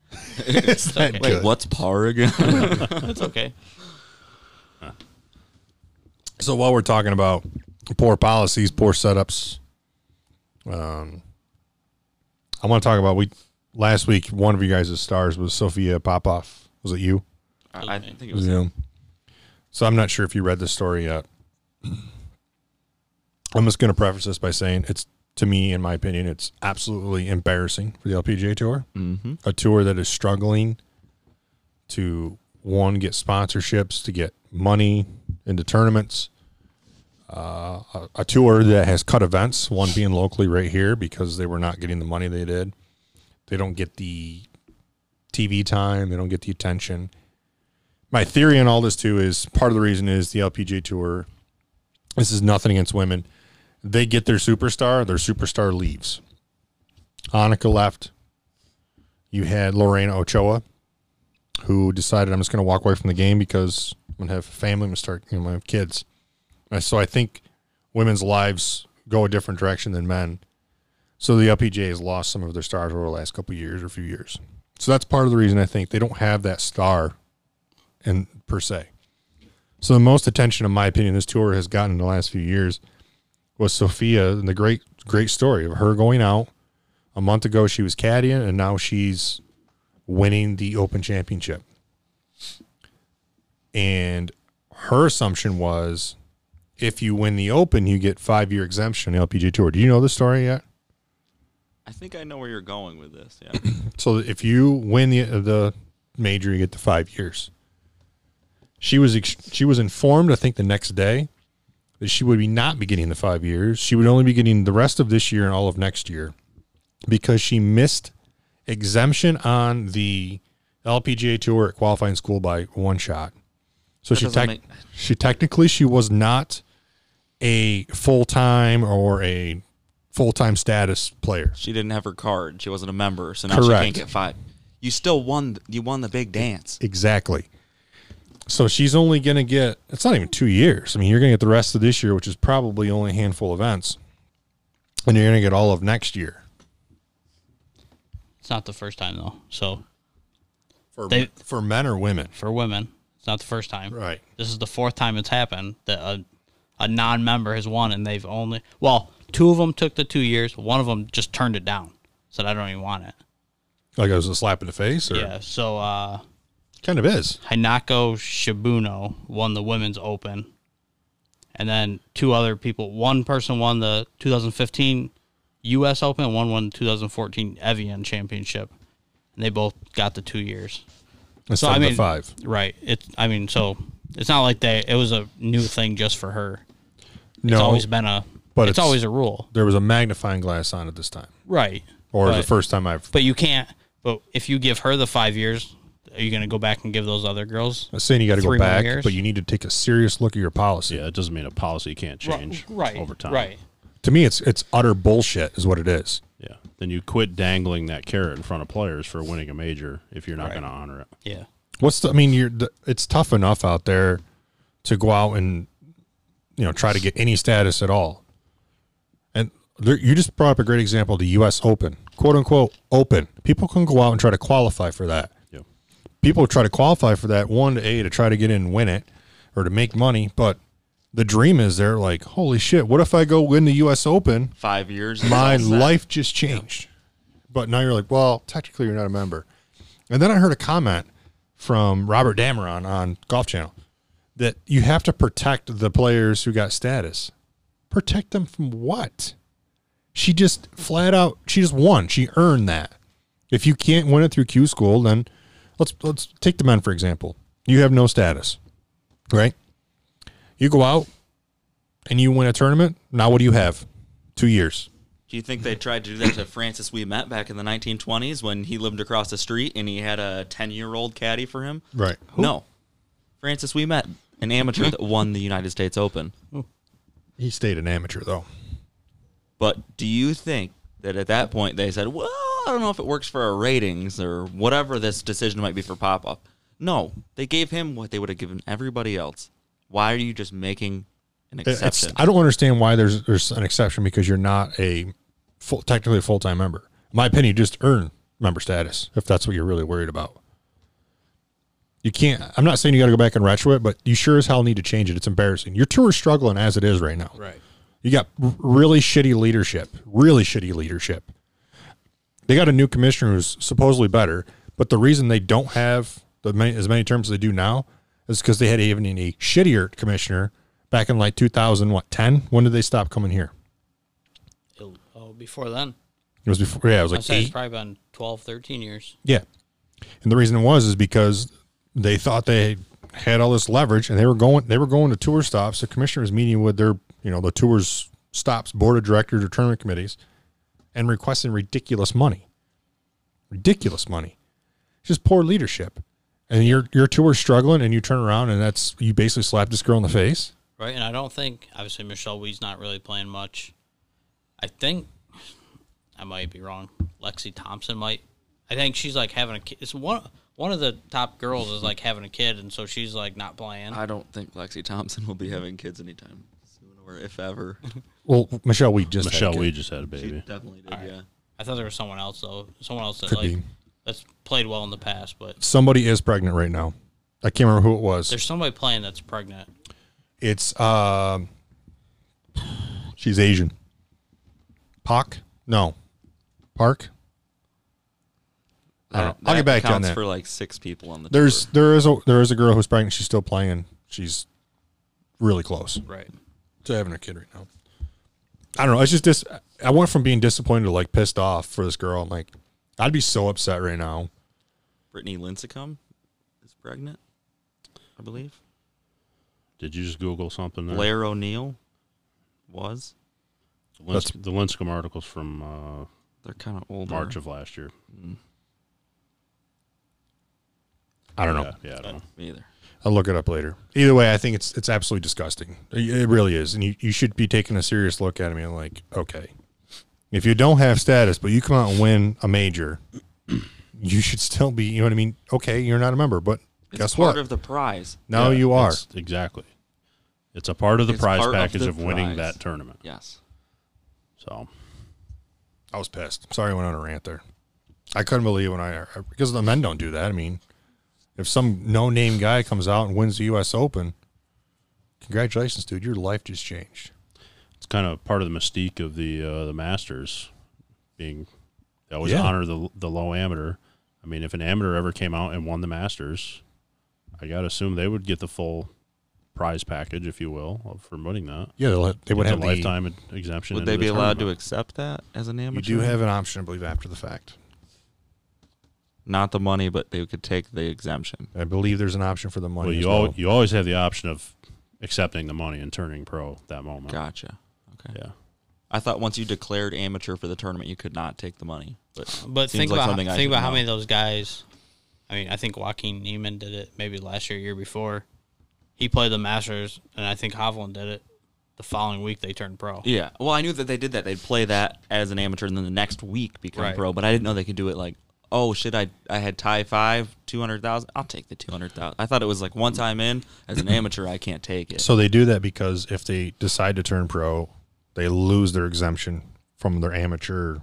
S1: *laughs* It's that
S3: okay.
S4: Wait,
S1: good.
S4: what's par again?
S3: That's okay.
S1: So while we're talking about poor policies, poor setups, um, I want to talk about we last week. One of you guys' stars was Sophia Popoff. Was it you?
S4: I I think it
S1: It was
S4: was.
S1: him. So I'm not sure if you read the story yet. I'm just going to preface this by saying it's to me, in my opinion, it's absolutely embarrassing for the LPGA tour, mm-hmm. a tour that is struggling to one get sponsorships, to get money into tournaments. Uh, a, a tour that has cut events, one being locally right here because they were not getting the money they did. They don't get the TV time. They don't get the attention my theory on all this too is part of the reason is the LPGA tour. This is nothing against women. They get their superstar, their superstar leaves. Annika left. You had Lorena Ochoa, who decided I'm just going to walk away from the game because I'm going to have a family, I'm going to start, you know, my kids. And so I think women's lives go a different direction than men. So the LPGA has lost some of their stars over the last couple of years or few years. So that's part of the reason I think they don't have that star and per se. So the most attention, in my opinion, this tour has gotten in the last few years was Sophia and the great great story of her going out. A month ago she was caddying and now she's winning the open championship. And her assumption was if you win the open, you get five year exemption on the LPG tour. Do you know the story yet?
S4: I think I know where you're going with this. Yeah.
S1: So if you win the the major, you get the five years. She was ex- she was informed, I think, the next day that she would be not be getting the five years. She would only be getting the rest of this year and all of next year because she missed exemption on the LPGA tour at qualifying school by one shot. So
S4: That
S1: she
S4: doesn't
S1: tec-
S4: make-
S1: she technically she was not a full time or a full time status player.
S4: she didn't have her card. She wasn't a member, so now she
S1: Correct.
S4: can't get five. You still won. You won the big dance.
S1: Exactly. So she's only going to get, it's not even two years. I mean, you're going to get the rest of this year, which is probably only a handful of events. And you're going to get all of next year
S3: It's not the first time though. So
S1: for,
S3: They-
S1: for men or women.
S3: for women, it's not the first time.
S1: Right.
S3: This is the fourth time it's happened that a, a non-member has won, and they've only well, two of them took the two years. One of them just turned it down, said I don't even want it.
S1: Like it was a slap in the face or
S3: Yeah. So uh,
S1: kind of is.
S3: Hinako Shibuno won the women's open, and then two other people. One person won the 2015 U.S. Open, one won the 2014 Evian Championship, and they both got the two years.
S1: Instead
S3: I
S1: of the
S3: mean-
S1: five.
S3: Right. It. I mean, so it's not like they. It was a new thing just for her.
S1: No,
S3: It's always been a.
S1: but
S3: But it's,
S1: it's-
S3: always a rule.
S1: there was a magnifying glass on it this time
S3: Right.
S1: or
S3: but,
S1: the first time I've,
S3: But you can't. But if you give her the five years, are you going to go back and give those other girls?
S1: I'm saying you got to go
S3: Three more
S1: back,
S3: years.
S1: but you need to take a serious look at your policy.
S2: Yeah, it doesn't mean a policy can't change
S3: right
S2: over time.
S3: Right.
S1: To me, it's it's utter bullshit, is what it is.
S2: Yeah. Then you quit dangling that carrot in front of players for winning a major if you're not going to honor it.
S3: Yeah.
S1: What's the? I mean, you're the, it's tough enough out there to go out and you know try to get any status at all. And there, you just brought up a great example: the U.S. Open, quote unquote Open. People can go out and try to qualify for that.
S2: Yeah.
S1: People try to qualify for that one to a to try to get in, and win it, or to make money. But the dream is they're like, holy shit! What if I go win the U.S. Open?
S4: Five *laughs* years.
S1: my
S4: it's all set.
S1: life just changed. But now you're like, well, technically you're not a member. And then I heard a comment from Robert Dameron on Golf Channel that you have to protect the players who got status. Protect them from what? She just flat out she just won. She earned that. If you can't win it through Q school, then let's let's take the men for example. You have no status. Right? You go out and you win a tournament. Now what do you have? Two years.
S4: Do you think they tried to do that to Francis we met back in the 1920s when he lived across the street and he had a 10 year old caddy for him?
S1: Right.
S4: No. Francis we met, an amateur that won the United States Open.
S1: He stayed an amateur though.
S4: But do you think that at that point they said, well, I don't know if it works for our ratings or whatever this decision might be for Pop Up? No. They gave him what they would have given everybody else. Why are you just making an
S1: It's,
S4: exception?
S1: I don't understand why there's there's an exception because you're not a full, technically a full time member. In my opinion, you just earn member status if that's what you're really worried about. You can't. I'm not saying you got to go back and retro it, but you sure as hell need to change it. It's embarrassing. Your tour is struggling as it is right now.
S3: Right.
S1: You got r- really shitty leadership. Really shitty leadership. They got a new commissioner who's supposedly better, but the reason they don't have the many, as many terms as they do now is because they had even a shittier commissioner back in like 2000, what, 10? When did they stop coming here?
S3: It'll- oh, before then,
S1: It was before, yeah, it was
S3: I
S1: like
S3: said it's
S1: eight.
S3: probably been 12, 13 years.
S1: Yeah. And the reason it was is because they thought they had all this leverage and they were going they were going to tour stops. The commissioner was meeting with their you know, the tours stops board of directors or tournament committees and requesting ridiculous money. Ridiculous money. Just poor leadership. And your your tour's struggling and you turn around and that's you basically slap this girl in the face.
S3: Right. And I don't think, obviously, Michelle Wee's not really playing much. I think, I might be wrong. Lexi Thompson might. I think she's like having a kid. It's one, one of the top girls is like having a kid, and so she's like not playing.
S4: I don't think Lexi Thompson will be having kids anytime soon or if *laughs* ever.
S1: Well, Michelle we just had a
S2: Michelle
S1: kid.
S2: we just had a
S4: she
S2: baby.
S4: definitely did, yeah.
S3: I thought there was someone else though. Someone else that
S1: Could
S3: like
S1: be.
S3: that's played well in the past, but
S1: somebody is pregnant right now. I can't remember who it was.
S3: there's somebody playing that's pregnant.
S1: It's um, she's Asian. Pak? No, Park. I don't know. I'll get
S4: That
S1: back to you on
S4: counts
S1: that.
S4: for like six people on the
S1: There's
S4: tour.
S1: there is a there is a girl who's pregnant. She's still playing. She's really close
S3: Right.
S1: to having a kid right now. I don't know. It's just this. I went from being disappointed to like pissed off for this girl. I'm like, I'd be so upset right now.
S4: Brittany Lincecum is pregnant, I believe.
S2: Did you just Google something there?
S4: Blair O'Neill was.
S2: The Lins- the Linscomb article's from
S1: Uh-huh.
S2: uh,
S4: They're kind of old.
S2: March of last year.
S1: I don't know.
S2: Yeah, yeah, I don't know.
S4: me either.
S1: I'll look it up later. Either way, I think it's it's absolutely disgusting. It it really is, and you, you should be taking a serious look at it and like, okay, if you don't have status but you come out and win a major, you should still be. You know what I mean? Okay, you're not a member, but
S4: It's
S1: guess
S4: part
S1: what?
S4: of the prize.
S1: now
S2: Yeah,
S1: you are.
S2: it's- Exactly. It's a part of the
S4: It's
S2: prize
S4: part of
S2: package
S4: the
S2: of, winning
S4: prize.
S2: that tournament.
S4: Yes.
S2: So
S1: I was pissed. Sorry, I went on a rant there. I couldn't believe when I because the men don't do that. I mean, if some no name guy comes out and wins the U.S. Open, congratulations, dude! Your life just changed.
S2: it's kind of part of the mystique of the uh, the Masters being they always
S1: Yeah.
S2: honor the the low amateur. I mean, if an amateur ever came out and won the Masters, I gotta assume they would get the full prize package, if you will, of- for winning that.
S1: Yeah, they'll, have- they would
S2: It's
S1: have
S2: a
S1: the-
S2: lifetime e-, exemption.
S4: Would
S2: into
S4: they
S2: the
S4: be allowed to
S2: tournament.
S4: accept that as an
S1: You
S4: amateur?
S1: do have an option, I believe, after the fact.
S4: not the money, but they could take the exemption.
S1: I believe there's an option for the money.
S2: Well,
S1: as
S2: you
S1: well.
S2: al- you always have the option of accepting the money and turning pro at that moment.
S4: Gotcha. Okay.
S2: Yeah.
S4: I thought once you declared amateur for the tournament, you could not take the money. But
S3: But
S4: Seems
S3: think
S4: like
S3: about
S4: something I
S3: think
S4: should
S3: about how
S4: know.
S3: many of those guys. I I mean, I think Joaquin Neiman did it maybe last year, year before. He played the Masters, and I think Hovland did it. The following week, they turned pro.
S4: Yeah. Well, I knew that they did that. They'd play that as an amateur and then the next week become
S3: Right.
S4: pro, but I didn't know they could do it like, oh, shit, I, I had tie five, 200,000. I'll take the 200,000. I thought it was like once I'm in as an amateur, I can't take it.
S1: So they do that because if they decide to turn pro, they lose their exemption from their amateur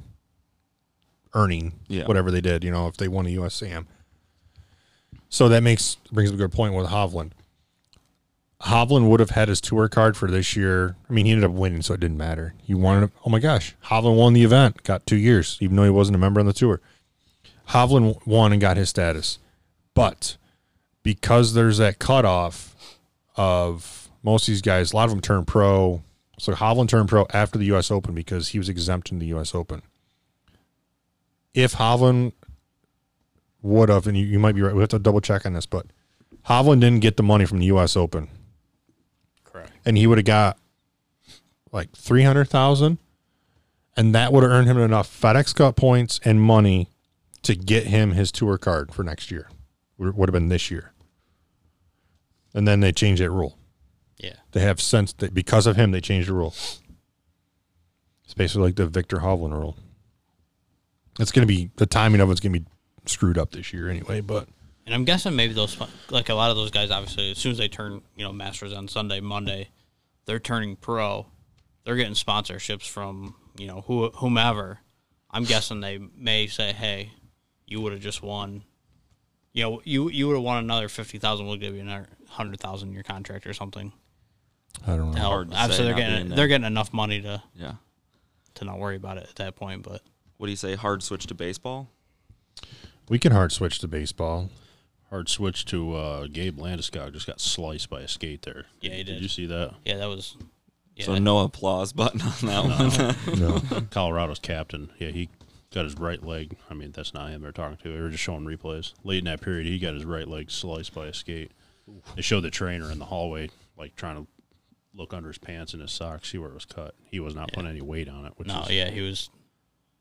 S1: earning,
S4: Yeah.
S1: whatever they did. You know, if they won a USAM. So that makes brings up a good point with Hovland. Hovland would have had his tour card for this year. I mean, he ended up winning, so it didn't matter. He wanted. Oh my gosh, Hovland won the event, got two years, even though he wasn't a member on the tour. Hovland won and got his status, but because there's that cutoff of most of these guys, a lot of them turn pro. So Hovland turned pro after the U.S. Open because he was exempt in the U.S. Open. If Hovland would have, and you, you might be right, we have to double check on this, but Hovland didn't get the money from the U.S. Open,
S2: Correct.
S1: and he would have got like three hundred thousand, and that would have earned him enough FedEx Cup points and money to get him his tour card for next year. Would would have been this year, and then they changed that rule
S3: Yeah.
S1: they have since that because of him they changed the rule. It's basically like the Victor Hovland rule. It's going to be the timing of it's going to be screwed up this year anyway. But
S3: And I'm guessing maybe those, like a lot of those guys, obviously, as soon as they turn, you know, Masters on Sunday, Monday, they're turning pro. They're getting sponsorships from, you know, who, whomever. I'm guessing they may say, hey, you would have just won. You know, you you would have won another 50000 We'll give you another 100000 in your contract or something.
S1: I don't know.
S3: To help.
S4: Hard to say,
S3: obviously, they're
S4: not
S3: getting,
S4: being there.
S3: they're getting enough money to,
S4: yeah.
S3: to not worry about it at that point. But
S4: What do you say? Hard switch to baseball?
S1: We can hard switch to baseball.
S2: Hard switch to uh, Gabe Landeskog just got sliced by a skate there.
S3: Yeah, he
S2: Did
S3: did.
S2: you see that?
S3: yeah, that was. Yeah,
S4: So no applause button on that one.
S1: No,
S2: Colorado's captain. Yeah, he got his right leg. I mean, that's not him they're talking to. They were just showing replays. Late in that period, he got his right leg sliced by a skate. They showed the trainer in the hallway, like trying to look under his pants and his socks, see where it was cut. He was not putting any weight on it, which
S3: no,
S2: is,
S3: yeah, he was.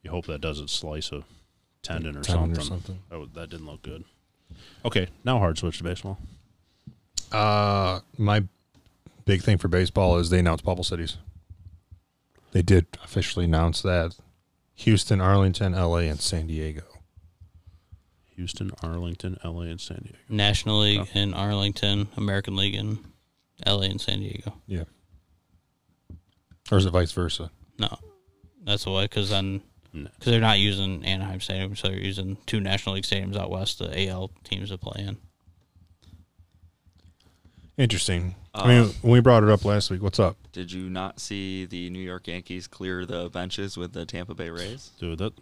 S2: you hope that doesn't slice a tendon or
S1: Tendon or
S2: something.
S1: something.
S2: That, w- that didn't look good. Okay, now hard switch to baseball.
S1: uh, my big thing for baseball is they announced bubble cities. They did officially announce that Houston, Arlington, L.A., and San Diego.
S2: Houston, Arlington, LA, and San Diego.
S3: National League
S4: Oh.
S3: in Arlington, American League in LA and San Diego.
S1: Yeah. Or is it vice versa?
S3: No, that's why because then
S2: No.
S3: because they're not using Anaheim Stadium, so they're using two National League stadiums out west. The AL teams to play in.
S1: Interesting.
S2: Uh,
S1: I mean, when we brought it up last week, what's up?
S4: Did you not see the New York Yankees clear the benches with the Tampa Bay Rays?
S2: Dude, that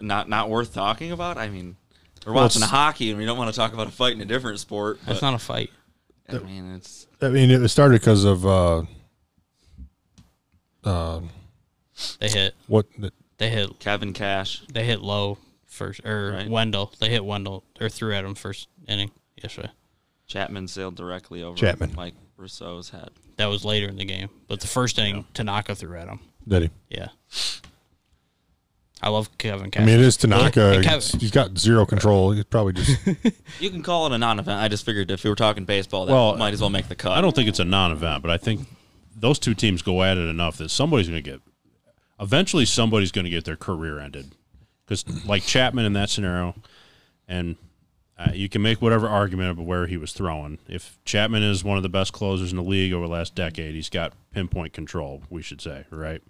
S4: Not not worth talking about. I mean, we're
S1: Well,
S4: watching
S1: it's-
S4: hockey and we don't want to talk about a fight in a different sport.
S3: That's
S4: But,
S3: not a fight.
S4: I mean, it's
S1: I mean, it started because of uh, uh,
S3: They hit.
S1: what the,
S3: They hit.
S4: Kevin Cash.
S3: They hit low first or
S4: Right.
S3: Wendell. They hit Wendell or threw at him first inning yesterday.
S4: Chapman sailed directly over
S1: Chapman.
S4: Mike Rousseau's head.
S3: That was later in the game, but the first inning Tanaka threw at him.
S1: did he?
S3: Yeah. I love Kevin Cash.
S1: I mean, it is
S3: And
S1: Tanaka.
S3: Kevin-
S1: It's- he's got zero control. He's probably just
S4: You can call it a non-event. I just figured if we were talking baseball, that
S2: Well,
S4: might as well make the cut.
S2: I don't think it's a non-event, but I think those two teams go at it enough that somebody's going to get. Eventually, somebody's going to get their career ended, because like Chapman in that scenario, and uh, you can make whatever argument about where he was throwing. If Chapman is one of the best closers in the league over the last decade, he's got pinpoint control. We should say, right?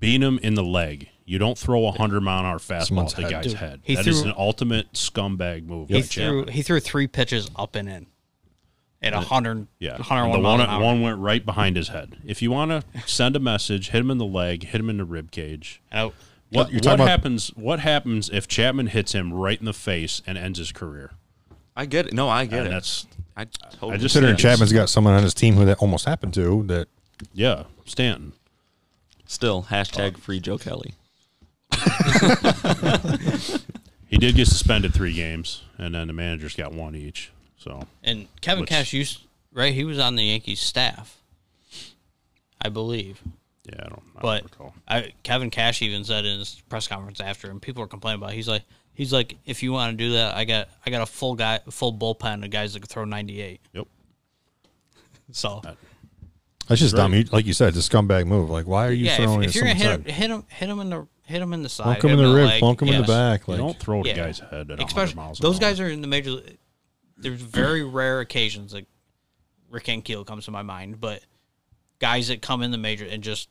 S2: Beating him in the leg. You don't throw a hundred mile an hour fastball
S1: Someone's
S2: at the
S1: head.
S2: guy's
S3: Dude,
S2: head.
S3: he
S2: That is
S3: threw-
S2: an ultimate scumbag move.
S3: He
S2: by
S3: threw
S2: Chapman.
S3: he threw three pitches up and in. At 100,
S2: Yeah,
S3: 101
S2: the one
S3: miles an hour.
S2: one went right behind his head. If you want to send a message, hit him in the leg, hit him in the rib cage.
S3: And I-
S2: What
S1: You're
S2: what
S1: talking about-
S2: happens? What happens if Chapman hits him right in the face and ends his career?
S4: I get it. No, I get
S2: And
S4: it.
S2: that's
S4: I totally.
S2: I just
S1: considering
S2: Stanton.
S1: Chapman's got someone on his team who that almost happened to. That
S2: yeah, Stanton.
S4: still hashtag free Joe Kelly.
S2: He did get suspended three games, and then the managers got one each. So
S3: and Kevin
S2: Which-
S3: Cash used right. He was on the Yankees staff, I believe.
S2: Yeah, I don't, I
S3: But
S2: don't recall.
S3: I, Kevin Cash even said in his press conference after, and people were complaining about. It, he's like, he's like, if you want to do that, I got, I got a full guy, full bullpen of guys that can throw ninety eight.
S2: Yep.
S3: So
S1: That's just
S2: Right.
S1: dumb. You- Like you said, it's a scumbag move. Like, why are you
S3: yeah,
S1: throwing
S3: if, if
S1: at
S3: you're gonna
S1: someone's
S3: hit him,
S1: head?
S3: hit him, hit him in the, hit him in the side,
S1: Plunk him in
S3: hit
S1: the
S3: the
S1: rib,
S3: leg,
S1: plunk him in the
S3: yes.
S1: back.
S2: You
S1: Like,
S2: don't throw at
S3: yeah.
S2: a guy's head at
S3: Especially
S2: 100 miles an
S3: those
S2: hour.
S3: guys are in the major. There's very rare occasions like Rick and Keel comes to my mind, but guys that come in the major and just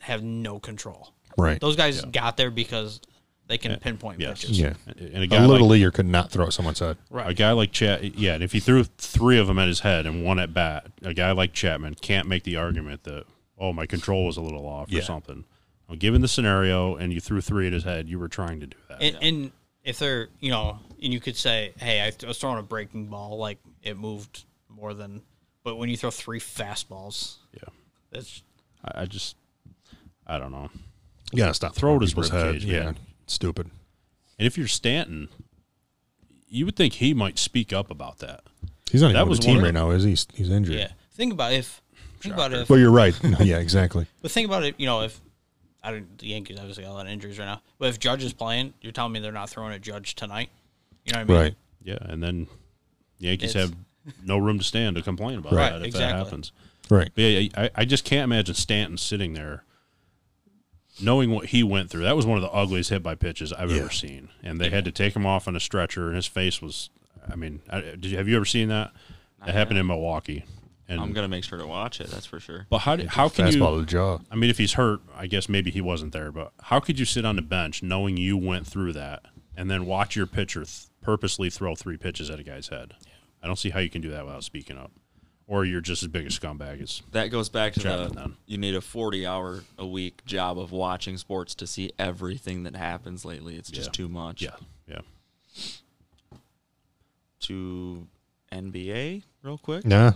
S3: have no control.
S1: right?
S3: Those guys got there because they can pinpoint
S2: yes.
S3: pitches.
S1: yeah,
S2: And a guy
S1: a little
S2: like,
S1: leaguer could not throw at someone's head.
S2: a guy like Chat, yeah, and if he threw three of them at his head and one at bat, a guy like Chapman can't make the argument that oh my control was a little off
S1: Yeah.
S2: or something. Well, given the scenario, and you threw three at his head, you were trying to do that.
S3: And, and if they're, you know, and you could say, hey, I th- was throwing a breaking ball, like it moved more than, but when you throw three fastballs,
S2: yeah,
S3: that's
S2: I, I just, I don't know.
S1: You gotta stop
S2: Throw
S1: throwing
S2: it at his
S1: people's
S2: rib
S1: head.
S2: cage,
S1: yeah,
S2: man.
S1: stupid.
S2: And if you're Stanton, you would think he might speak up about that.
S1: He's not
S2: That
S1: even on
S2: was
S1: the team
S2: one-
S1: right now, is he? He's- He's injured.
S3: yeah. Think about if, think about if,
S1: Well, you're right. *laughs* No, yeah, exactly.
S3: but think about it, you know, if I don't, the Yankees obviously got a lot of injuries right now, but if Judge is playing, you're telling me they're not throwing at Judge tonight. You know what I mean?
S1: Right.
S2: Yeah, and then the Yankees
S3: It's-
S2: have no room to stand to complain about
S3: Right.
S2: that if
S3: Exactly.
S2: that happens.
S1: Right.
S2: But yeah, I, I just can't imagine Stanton sitting there knowing what he went through. That was one of the ugliest hit by pitches I've
S1: Yeah.
S2: ever seen. And they had to take him off on a stretcher, and his face was, I mean, I, did you, have you ever seen that? It happened in Milwaukee. And
S4: I'm gonna make sure to watch it. That's for sure.
S2: but how, do- how can
S1: Fastball to
S2: you?
S1: the jaw.
S2: I mean, if he's hurt, I guess maybe he wasn't there, but how could you sit on the bench knowing you went through that and then watch your pitcher th- purposely throw three pitches at a guy's head? I don't see how you can do that without speaking up. Or you're just as big a scumbag as.
S4: That goes back to
S2: Chapman,
S4: the
S2: then.
S4: you need a 40 hour a week job of watching sports to see everything that happens lately. It's just
S2: Yeah.
S4: too much.
S2: Yeah. Yeah.
S4: To NBA real quick.
S1: Nah,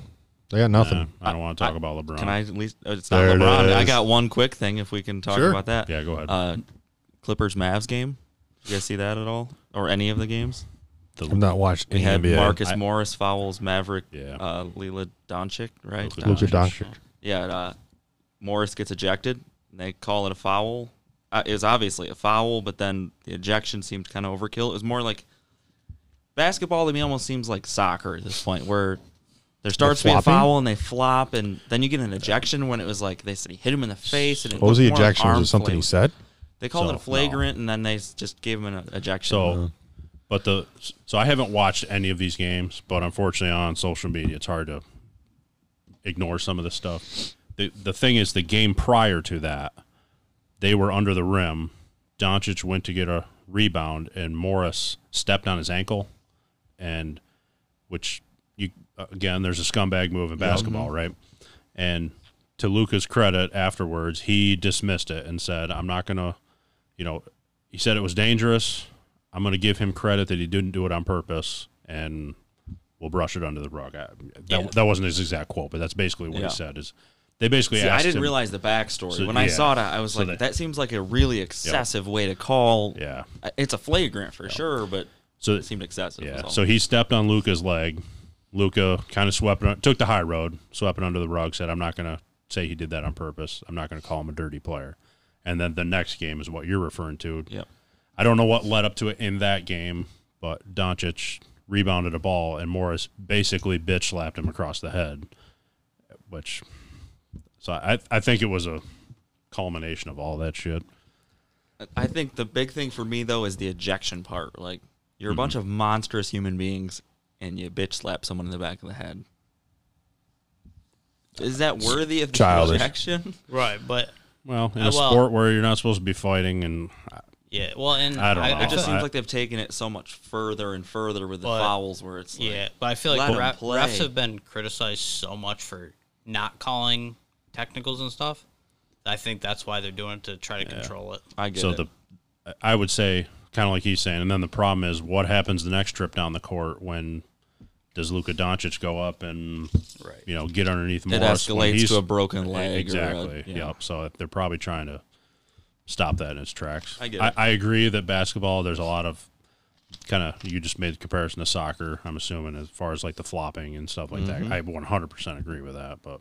S1: they got nothing.
S2: Nah, I don't want to talk about LeBron.
S4: Can I at least? oh, It's not
S1: There it
S4: LeBron. I
S1: is.
S4: got one quick thing if we can talk
S1: Sure.
S4: about that.
S2: Yeah, go ahead.
S4: Uh, Clippers Mavs game. You guys see that at all or any of the games?
S1: I'm not watching
S4: We
S1: any
S4: had
S1: NBA.
S4: Marcus
S2: I-
S4: Morris fouls Maverick.
S2: Yeah.
S4: Uh, Lila Doncic, right?
S2: Luka
S1: Luka
S2: Doncic.
S1: Doncic.
S4: Yeah, and, uh, Morris gets ejected. And they call it a foul. Uh, it was obviously a foul, but then the ejection seemed kind of overkill. It was more like basketball to me almost seems like soccer at this point, where there starts to be a
S1: flopping?
S4: foul and they flop, and then you get an ejection when it was like they said he hit him in the face. And it
S1: What was the
S4: looked more like
S1: ejection? Was
S4: arm
S1: it something he
S4: flail.
S1: said?
S4: They called
S2: So,
S4: it a
S2: no.
S4: flagrant, and then they s- just gave him an ejection.
S2: So, but the so I haven't watched any of these games, but unfortunately on social media it's hard to ignore some of the stuff. The the thing is the game prior to that, they were under the rim. Doncic went to get a rebound and Morris stepped on his ankle and which you again there's a scumbag move in basketball,
S4: Mm-hmm.
S2: right? And to Luca's credit, afterwards he dismissed it and said, "I'm not gonna," you know, he said it was dangerous. I'm gonna give him credit that he didn't do it on purpose, and we'll brush it under the rug. I, that,
S3: Yeah.
S2: that wasn't his exact quote, but that's basically what
S4: Yeah.
S2: he said. Is they basically
S4: See,
S2: asked
S4: I didn't
S2: him-
S4: realize the backstory.
S2: So,
S4: when I
S2: yeah.
S4: saw it, I was
S2: So
S4: like,
S2: they-
S4: that seems like a really excessive way to call.
S2: Yeah.
S4: Uh, It's a flagrant for sure, but
S2: So
S4: it seemed excessive. was
S2: Yeah.
S4: all.
S2: So he stepped on Luca's leg. Luca kind of swept it, took the high road, swept it under the rug, said, I'm not going to say he did that on purpose. I'm not going to call him a dirty player. And then the next game is what you're referring to.
S4: Yep.
S2: I don't know what led up to it in that game, but Doncic rebounded a ball and Morris basically bitch slapped him across the head, which. So I, I think it was a culmination of all that shit.
S4: I think the big thing for me though is the ejection part. Like you're
S2: Mm-hmm.
S4: a bunch of monstrous human beings, and you bitch slap someone in the back of the head. Is that worthy of the
S1: Childish.
S4: ejection?
S3: Right. But
S2: Well, in a
S3: Uh, well-
S2: sport where you're not supposed to be fighting, and
S3: yeah, well, and
S2: I don't know.
S4: It just
S2: I-
S4: seems like they've taken it so much further and further with the
S3: But-
S4: fouls, where it's like,
S3: Yeah, but I feel
S4: let
S3: like
S4: 'em
S3: ref,
S4: play.
S3: refs have been criticized so much for not calling technicals and stuff. I think that's why they're doing it to try to control it.
S4: I get
S2: so
S4: it.
S2: the I would say kind of like he's saying, and then the problem is what happens the next trip down the court when does Luka Doncic go up and
S3: Right.
S2: you know get underneath
S4: it
S2: Morris? when
S4: escalates
S2: he's- e,
S4: to a broken leg. or a-
S2: exactly.
S4: yeah.
S2: Yep. So they're probably trying to stop that in its tracks.
S4: I get
S2: I,
S4: it.
S2: I agree that basketball. There's a lot of kind of you just made the comparison to
S4: Mm-hmm.
S2: soccer. I'm assuming as far as like the flopping and stuff like that. I 100 percent agree with that, but.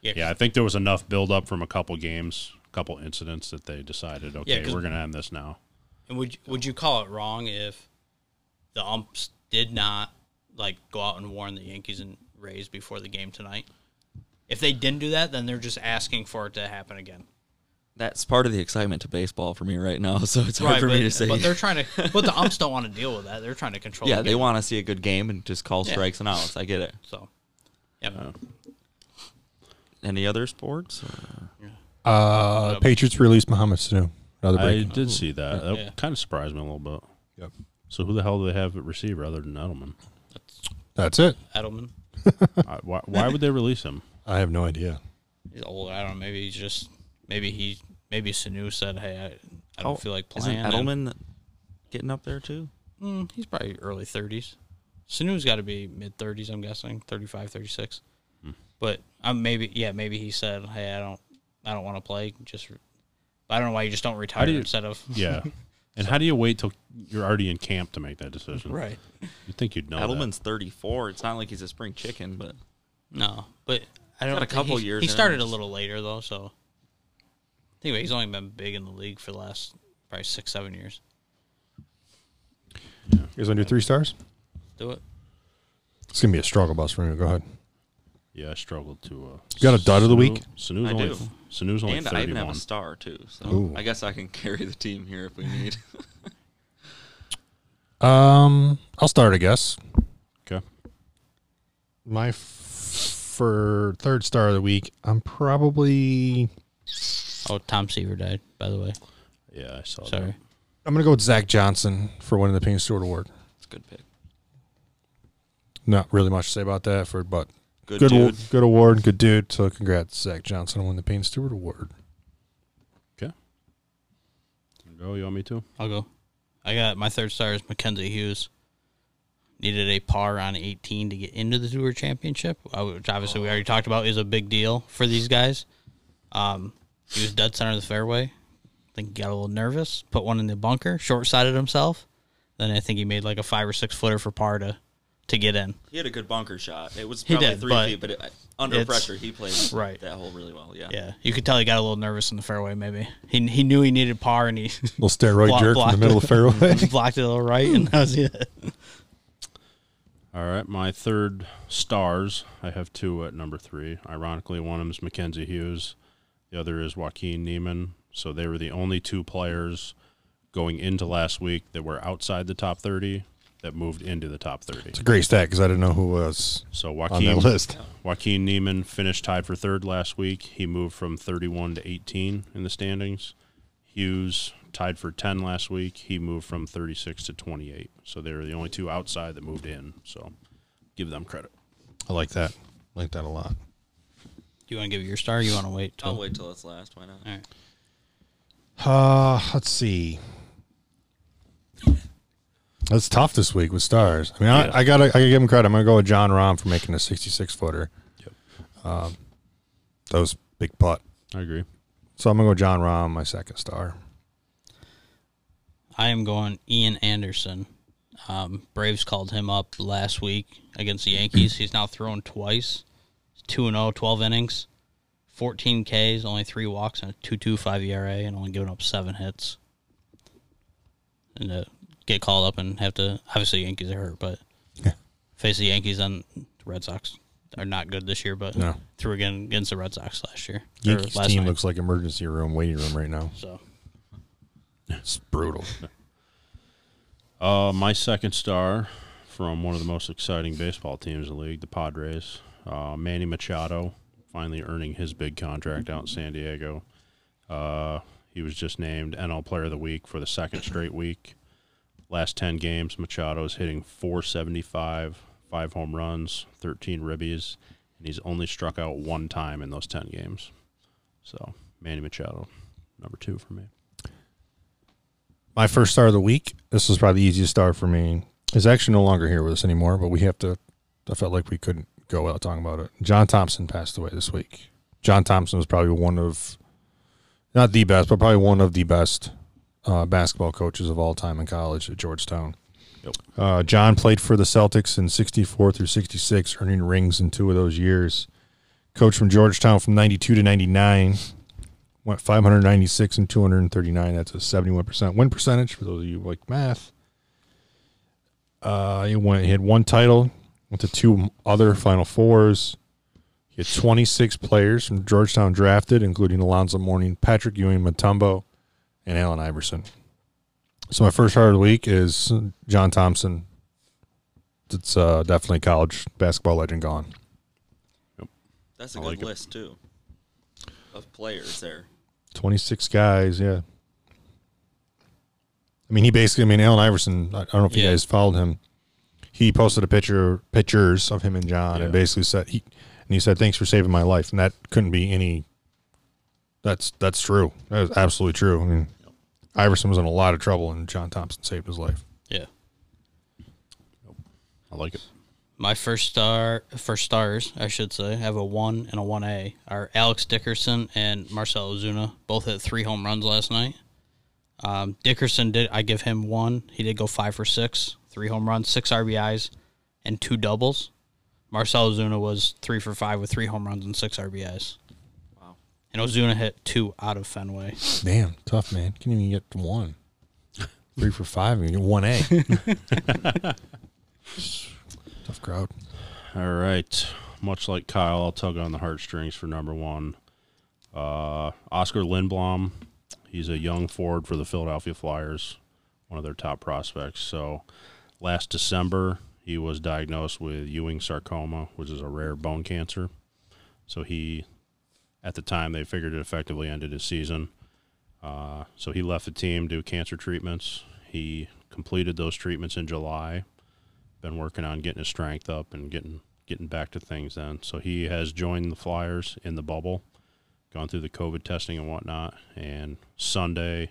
S3: Yeah,
S2: Yeah, I think there was enough buildup from a couple games, a couple incidents that they decided, okay,
S3: 'cause-
S2: we're going to end this now.
S3: And would would you call it wrong if the umps did not like go out and warn the Yankees and Rays before the game tonight? If they didn't do that, then they're just asking for it to happen again.
S4: That's part of the excitement to baseball for me right now. *laughs* So it's hard for
S3: but,
S4: me to say.
S3: but they're trying
S4: *laughs*
S3: to. But the umps don't want to deal with that. They're trying to control.
S4: yeah,
S3: the
S4: they
S3: game,
S4: want to see a good game and just call strikes and outs. I get it.
S3: So, yeah,
S4: Oh. Any other sports?
S1: Uh, Patriots released Mohamed Sanu. Another
S2: I
S1: break.
S2: did see that. That
S3: Yeah.
S2: kind of surprised me a little bit.
S1: Yep.
S2: So who the hell do they have at receiver other than Edelman? *laughs*
S1: That's it.
S3: Edelman.
S2: I, why, why would they release him?
S1: I have no idea.
S3: He's old. I don't know. Maybe he's just. Maybe he. Maybe Sanu said, "Hey, I, I don't
S4: Oh,
S3: feel like playing." and-
S4: Isn't Edelman getting up there too?
S3: Mm, he's probably early 30s. Sanu's got to be mid 30s, I'm guessing, 35, 36.
S4: Hmm.
S3: But um, maybe, yeah, maybe he said, "Hey, I don't, I don't want to play." Just, re- I don't know why you just don't retire
S2: do you-
S3: instead of
S1: *laughs*
S2: Yeah. and how do you wait till you're already in camp to make that
S4: Hmm.
S2: decision?
S3: right.
S2: You'd think you'd know. that.
S4: Edelman's 34. It's not like he's a spring chicken, but
S3: No, but I don't.
S4: got a
S3: think
S4: couple
S3: he,
S4: years
S3: He
S4: in him.
S3: started a little later though, so. Anyway, he's only been big in the league for the last probably six, seven years.
S1: You guys want to do three stars?
S3: Do it.
S1: It's gonna be a struggle bus for me. Go ahead.
S2: Yeah, I struggled to. Uh,
S1: got a dud of the
S2: Sanu-
S1: week?
S2: Sanu's
S4: I
S2: only,
S4: do.
S2: Sanu's only
S4: and I even
S2: 31.
S4: have a star too. So
S1: Ooh.
S4: I guess I can *laughs* carry the team here if we need. *laughs*
S1: Um, I'll start. I guess
S2: okay.
S1: my f- for third star of the week. I'm probably
S3: Oh, Tom Seaver died, by the way.
S2: Yeah, I saw
S3: Sorry.
S2: that.
S1: I'm gonna go with Zach Johnson for winning the Payne Stewart Award.
S4: It's a good pick.
S1: Not really much to say about that for, but
S4: Good,
S1: good
S4: dude.
S1: good, good award, good dude. So congrats, Zach Johnson, on winning the Payne Stewart Award.
S2: Okay. Go. You want me to?
S3: I'll go. I got my third star is Mackenzie Hughes. Needed a par on 18 to get into the Tour Championship, uh, which obviously we already talked about is a big deal for these guys. Um, he was dead center of the fairway. I think he got a little nervous, put one in the bunker, short sided himself. Then I think he made like a five or six footer for par to, to get in.
S4: He had a good bunker shot. It was
S3: He
S4: probably
S3: did,
S4: three
S3: but
S4: feet, but it, under
S3: it's-
S4: pressure, he played
S3: Right.
S4: that hole really well. Yeah.
S3: Yeah, you could tell he got a little nervous in the fairway. Maybe he he knew he needed par and he *laughs*
S1: Little steroid
S3: Block-
S1: jerk
S3: block.
S1: from the middle of the *laughs* fairway.
S3: blocked it a little right, and that was
S4: *laughs*
S3: it.
S2: All right, my third stars. I have two at number three. Ironically, one of them is Mackenzie Hughes, the other is Joaquin Neiman. So they were the only two players going into last week that were outside the top 30 that moved into the top 30.
S1: it's a great stat because I didn't know who was
S2: So
S1: on that
S2: Joaquin
S1: list.
S2: Joaquin Neiman finished tied for third last week. He moved from 31 to 18 in the standings. Hughes tied for 10 last week. He moved from 36 to 28. So they were the only two outside that moved in. So give them credit.
S1: I like that. Like that a lot.
S3: Do you want to give it your star? Or you want to wait? Till,
S4: I'll wait till it's last. Why not?
S3: All right.
S1: Uh, let's see. That's tough this week with stars. I mean,
S2: Yeah.
S1: I, I gotta, I gotta give him credit. I'm gonna go with John Rahm for making a 66 footer. Yep. Um, that was big putt.
S2: I agree.
S1: So I'm gonna go John Rahm, my second star.
S3: I am going Ian Anderson. Um, Braves called him up last week against the Yankees. He's now thrown twice, 2 0, 12 oh, innings, 14 Ks, only three walks, and a 2 2 5 ERA, E and only giving up seven hits. And to get called up and have to, obviously, the Yankees are hurt, but
S1: Yeah.
S3: face the Yankees and the Red Sox are not good this year, but
S1: No.
S3: threw again against the Red Sox last year. or
S1: Yankees
S3: last
S1: team
S3: night,
S1: looks like emergency room, waiting room right now.
S3: so.
S1: It's brutal.
S2: Uh, my second star from one of the most exciting baseball teams in the league, the Padres, uh, Manny Machado, finally earning his big contract out in San Diego. Uh, he was just named NL Player of the Week for the second straight week. Last 10 games, Machado is hitting 475, five home runs, 13 ribbies, and he's only struck out one time in those 10 games. So, Manny Machado, number two for me.
S1: my first star of the week. This was probably the easiest star for me. Is actually no longer here with us anymore, but we have to. I felt like we couldn't go without talking about it. John Thompson passed away this week. John Thompson was probably one of, not the best, but probably one of the best uh, basketball coaches of all time in college at Georgetown.
S2: Yep.
S1: Uh, John played for the Celtics in 64 through 66, earning rings in two of those years. coach from Georgetown from 92 to 99. Went 596 and 239. That's a 71% win percentage for those of you who like math. Uh, he, went, he had one title, went to two other Final Fours. He had 26 players from Georgetown drafted, including Alonzo Mourning, Patrick Ewing, Matumbo, and Allen Iverson. So my first hard week is John Thompson. It's uh, definitely college basketball legend gone.
S4: That's a
S2: I
S4: good
S2: like it.
S4: list too of players there.
S1: 26 guys, yeah. I mean, he basically, I mean, Allen Iverson, I, I don't know if you
S3: Yeah.
S1: guys followed him. He posted a picture, pictures of him and John, and
S2: Yeah.
S1: basically said, he, and he said, thanks for saving my life. And that couldn't be any, that's, that's true. That is absolutely true. I mean, Iverson was in a lot of trouble, and John Thompson saved his life.
S3: Yeah.
S2: I like it.
S3: My first star, first stars, I should say, have a one and a one A. Are Alex Dickerson and Marcelo Zuna both hit three home runs last night? Um, Dickerson did. I give him one. He did go five for six, three home runs, six RBIs, and two doubles. Marcelo Zuna was three for five with three home runs and six RBIs.
S4: Wow.
S3: And Ozuna hit two out of Fenway.
S1: Damn, tough man. Can't even get *laughs* one. Three for five, and you get *laughs* one A. tough crowd.
S2: All right. Much like Kyle, I'll tug on the heartstrings for number one. Uh, Oscar Lindblom. He's a young forward for the Philadelphia Flyers, one of their top prospects. So last December, he was diagnosed with Ewing sarcoma, which is a rare bone cancer. So he, at the time, they figured it effectively ended his season. Uh, so he left the team to cancer treatments. He completed those treatments in July been working on getting his strength up and getting getting back to things then. So he has joined the Flyers in the bubble, gone through the COVID testing and whatnot, and Sunday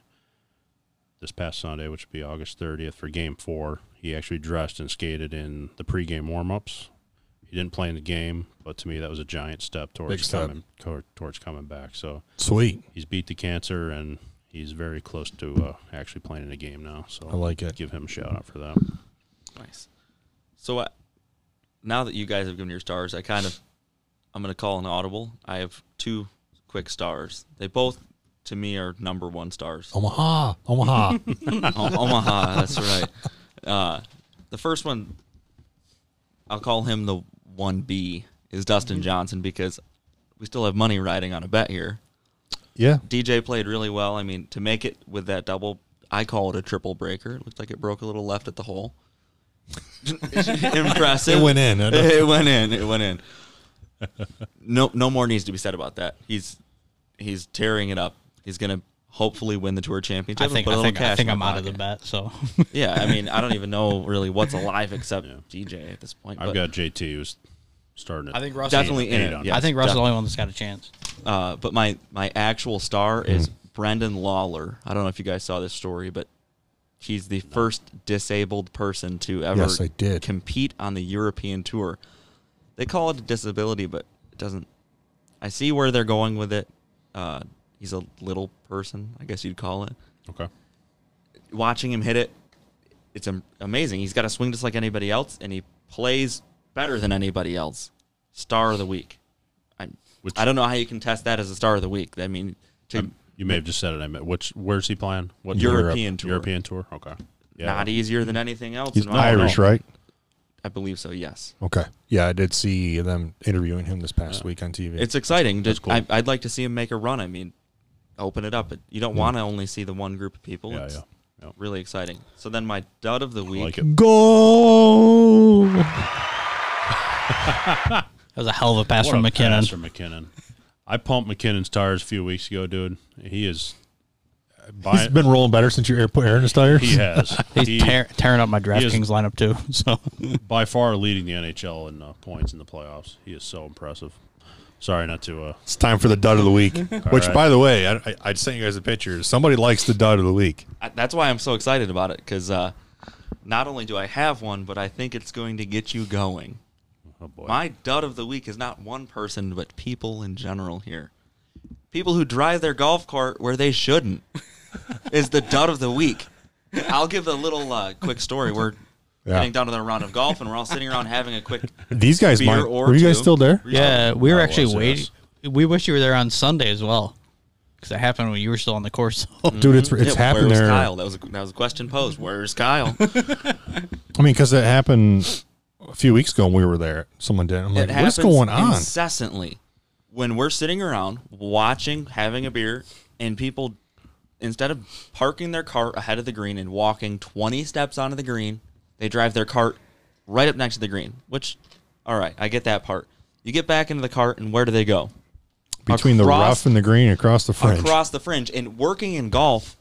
S2: this past Sunday, which would be August 30th for game four, he actually dressed and skated in the pregame warm-ups. He didn't play in the game, but to me that was a giant step
S1: Big
S2: towards
S1: step.
S2: coming tor- towards coming back. So
S1: Sweet.
S2: he's beat the cancer and he's very close to uh, actually playing in a game now. So
S1: I like it.
S2: give him a shout out for that.
S4: Nice. So I, now that you guys have given your stars, I kind of I'm going to call an audible. I have two quick stars. They both to me are number 1 stars.
S1: Oh. Omaha, Omaha.
S4: O- *laughs* Omaha, that's right. Uh, the first one, I'll call him the one B, is Dustin Johnson because we still have money riding on a bet here.
S1: *laughs* yeah,
S4: DJ played really well. I mean, to make it with that double, I call it a triple breaker. It looked like it broke a little left at
S3: *laughs*
S4: the hole. Impressive.
S1: It went in.
S4: *laughs* It went in. It went in. No, no more needs to be said about that. He's he's tearing it up. He's gonna hopefully win the tour championship.
S3: I
S4: and
S3: think
S4: put a
S3: I
S4: little
S3: think, I
S4: cash
S3: think
S4: in
S3: I'm
S4: my
S3: out of the
S4: pocket.
S3: bet. So *laughs*
S4: Yeah, I mean, I don't even know really what's alive except DJ at this point.
S2: I've
S4: but,
S2: got JT who's starting it.
S5: I think Russ
S4: Definitely in
S2: eight
S4: it,
S2: on
S4: yeah.
S3: I think Russell's
S4: Def-
S3: the only one that's got a chance.
S4: uh, but my my actual star
S1: Hmm.
S4: is Brendan Lawler. I don't know if you guys saw this story, but he's the first disabled person to ever
S1: Yes, I did.
S4: compete on the European tour. They call it a disability, but it doesn't. I see where they're going with it. Uh, he's a little person, I guess you'd call it.
S2: Okay.
S4: watching him hit it, it's am- amazing. He's got a swing just like anybody else, and he plays better than anybody else. Star of the week. I
S2: Which- Um,
S4: I don't know how you can test that as a star of the week. I mean, to
S2: You may have just said it. I meant which. Where's he playing? What
S4: European tour.
S2: European tour. Okay.
S4: not easier than anything else.
S1: he's
S4: in my
S1: Irish,
S4: opinion.
S1: right?
S4: I believe so. Yes,
S1: Okay. Yeah, I did see them interviewing him this past week on TV.
S4: it's exciting. Just,
S2: cool.
S4: I, I'd like to see him make a run. I mean, open it up. But you don't want to only see the one group of people.
S2: Hmm. Yeah,
S4: it's
S2: yeah. yeah.
S4: really exciting. So then my dud of the week.
S2: Like it.
S1: Go.
S3: That was a hell of a pass
S2: What
S3: from
S2: a
S3: McKinnon.
S2: pass from McKinnon. I pumped McKinnon's tires a few weeks ago, dude. He is.
S1: He's
S2: By,
S1: been rolling better since you air- put air in his tires.
S2: he has.
S3: He's
S2: He-
S3: tear, tearing up my
S2: is-
S3: DraftKings lineup too. *laughs* So
S2: by far leading the NHL in uh, points in the playoffs. He is so impressive. Sorry not to. Uh,
S1: It's time for the dud of the
S4: *laughs*
S1: week. Which,
S2: right.
S1: by the way, I, I, I sent you guys a picture. Somebody likes the dud of the week.
S4: I, that's why I'm so excited about it because uh, not only do I have one, but I think it's going to get you going.
S2: oh boy.
S4: My dud of the week is not one person, but people in general here. People who drive their golf cart where
S1: *laughs*
S4: they shouldn't is the dud of the week. I'll give a little uh, quick story. We're
S1: Yeah.
S4: getting down to the round of golf, and we're all sitting around having a quick
S1: These guys
S4: beer
S1: might.
S4: or
S1: Were you guys
S4: two. Mm-hmm.
S1: still there?
S3: Yeah, we were
S4: Oh,
S2: I
S3: actually
S2: was,
S3: waiting.
S2: yes.
S3: We wish you were there on Sunday as well, because it happened when you were still on the course. *laughs*
S1: Oh, Dude, it's it's
S4: Yeah,
S1: happened
S4: where's
S1: there.
S4: Kyle? That was a, that was a question posed. Where's Kyle?
S1: I mean, because it happened a few weeks ago when we were there. Someone did. I'm like,
S4: it
S1: what's
S4: happens
S1: going on?
S4: incessantly when we're sitting around watching having a beer and people instead of parking their cart ahead of the green and walking 20 steps onto the green they drive their cart right up next to the green which all right i get that part you get back into the cart and where do they go
S1: Between the
S4: across-
S1: rough and the green, across the fringe.
S4: across the fringe and working in golf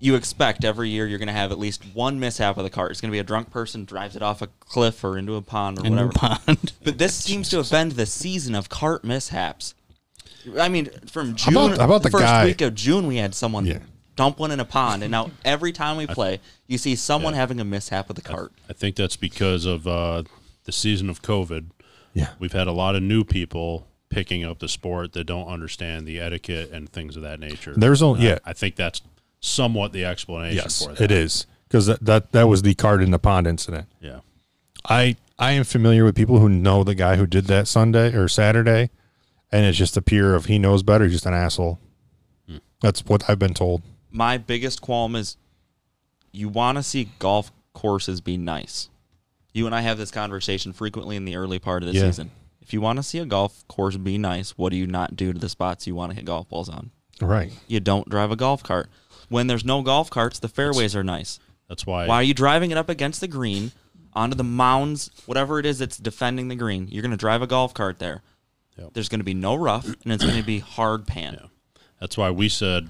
S4: you expect every year you're going to have at least one mishap with the cart it's going to be a drunk person drives it off a cliff or into a pond or
S3: in
S4: whatever
S3: the pond. *laughs*
S4: but this seems to have been the season of cart mishaps. I mean, from
S1: How
S4: June,
S1: about- how about the
S4: first
S1: guy-
S4: week of June, we had someone
S1: Yeah.
S4: dump one in a pond, and now every
S1: *laughs*
S4: time we play, you see someone having a mishap with the cart.
S2: I think that's because of uh, the season of COVID.
S1: yeah.
S2: We've had a lot of new people picking up the sport that don't understand the etiquette and things of that nature.
S1: There's only-
S2: I-
S1: yeah.
S2: I, think that's somewhat the explanation
S1: Yes,
S2: for that.
S1: it is. Because that, that, that was the card in the pond incident.
S2: Yeah.
S1: I I am familiar with people who know the guy who did that Sunday or Saturday, and it's just a peer of he knows better. He's just an asshole.
S2: Hmm.
S1: That's what I've been told.
S4: My biggest qualm is you want to see golf courses be nice. You and I have this conversation frequently in the early part of the
S1: Yeah.
S4: season. If you want to see a golf course be nice, what do you not do to the spots you want to hit golf balls on?
S1: Right.
S4: You don't drive a golf cart. When there's no golf carts, the fairways are nice.
S2: That's why,
S4: Why are you driving it up against the green, onto the mounds, whatever it is that's defending the green? You're going to drive a golf cart there.
S2: Yep.
S4: There's going to be no rough, and it's going to be hard pan.
S2: that's why we said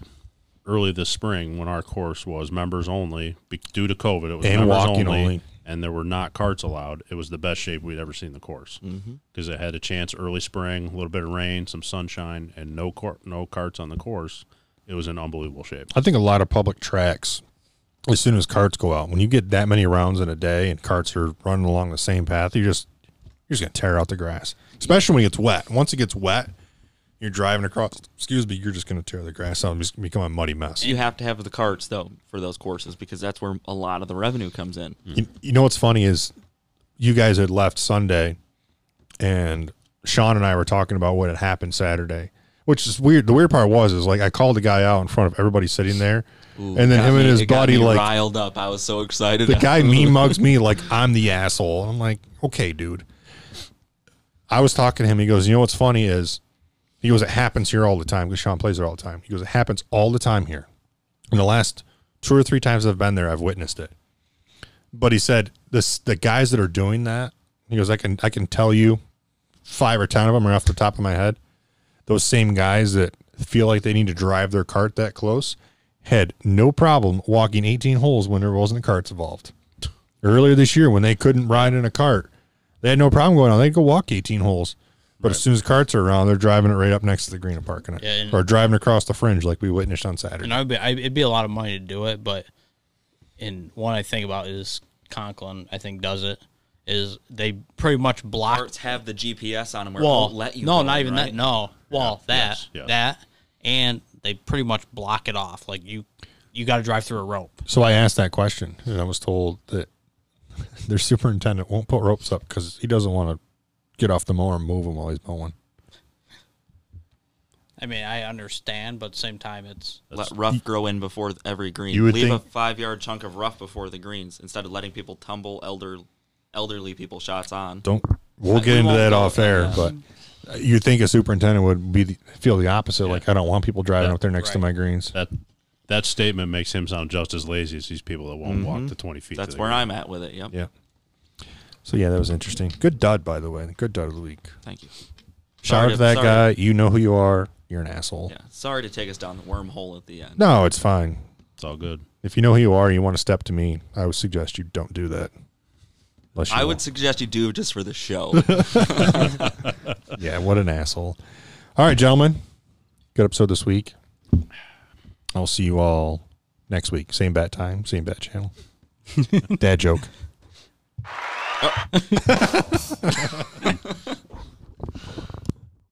S2: early this spring when our course was members only be- due to COVID, it was
S1: And
S2: members
S1: walking only.
S2: and there were not carts allowed. It was the best shape we'd ever seen the course
S1: Mm-hmm.
S2: because it had a chance early spring, a little bit of rain, some sunshine, and no cor- no carts on the course. It was in unbelievable shape.
S1: I think a lot of public tracks, as soon as carts go out, when you get that many rounds in a day and carts are running along the same path, you just you're just gonna tear out the grass. Especially when it gets wet. Once it gets wet, you're driving across. Excuse me, you're just gonna tear the grass out and just become a muddy mess.
S4: You have to have the carts, though, for those courses because that's where a lot of the revenue comes in.
S1: You, you know what's funny is you guys had left Sunday, and Sean and I were talking about what had happened Saturday, which is weird. The weird part was is like I called the guy out in front of everybody sitting there, and then
S4: Got
S1: him
S4: me-
S1: and his
S4: it got
S1: buddy
S4: me
S1: like
S4: riled up. I was so excited.
S1: the guy mean mugs me like I'm the asshole. And I'm like, okay, dude. I was talking to him. He goes, you know what's funny is, he goes, it happens here all the time because Sean plays it all the time. He goes, it happens all the time here. In the last two or three times I've been there, I've witnessed it. But he said this: the guys that are doing that, he goes, I can I can tell you, five or ten of them are off the top of my head. Those same guys that feel like they need to drive their cart that close had no problem walking 18 holes when there wasn't carts involved. Earlier this year, when they couldn't ride in a cart, they had no problem going on. They'd go walk 18 holes. But as soon as carts are around, they're driving it right up next to the green and parking it,
S3: Yeah, and-
S1: or driving across the fringe like we witnessed on Saturday.
S3: and I'd be, I, it'd be a lot of money to do it, but and one I think about is Conklin. I think does it is they pretty much block
S4: carts have the GPS on them where it
S3: well,
S4: won't let you.
S3: no,
S4: go
S3: not
S4: in,
S3: even
S4: right?
S3: that. No, well, that
S2: yes, yes.
S3: that and they pretty much block it off. Like you, you got to drive through a rope.
S1: So I asked that question, and I was told that *laughs* their superintendent won't put ropes up because he doesn't want to get off the mower and move them while he's mowing.
S3: I mean, I understand, but at the same time, it's
S4: Let rough grow in before th- every green.
S1: You would
S4: Leave
S1: think-
S4: a five yard chunk of rough before the greens instead of letting people tumble elder, elderly people shots on.
S1: Don't. We'll
S4: I-
S1: get
S4: we
S1: into
S4: won't
S1: that
S4: go
S1: off
S4: there,
S1: air, but you think a superintendent would be the, feel the opposite? Like I don't want people driving
S2: Yeah,
S1: up there next to
S3: right.
S1: my greens.
S2: That that statement makes him sound just as lazy as these people that won't
S1: Mm-hmm.
S2: walk the twenty feet. to
S4: That's
S2: the
S4: where
S2: green.
S4: I'm at with it. Yep.
S1: Yeah. So yeah, that was interesting. Good dud, by the way. Good dud of the week.
S4: Thank you.
S1: Shout
S4: Sorry
S1: out to that
S4: sorry.
S1: guy. You know who you are. You're an asshole.
S4: Yeah. Sorry to take us down the wormhole at the end.
S1: No, it's fine.
S2: It's all good.
S1: If you know who you are, and you want to step to me. I would suggest you don't do that. Unless you
S4: I
S1: want-
S4: would suggest you do it just for the show.
S1: Yeah, what an asshole. All right, gentlemen. Good episode this week. I'll see you all next week. Same bat time, same bat channel. Dad joke.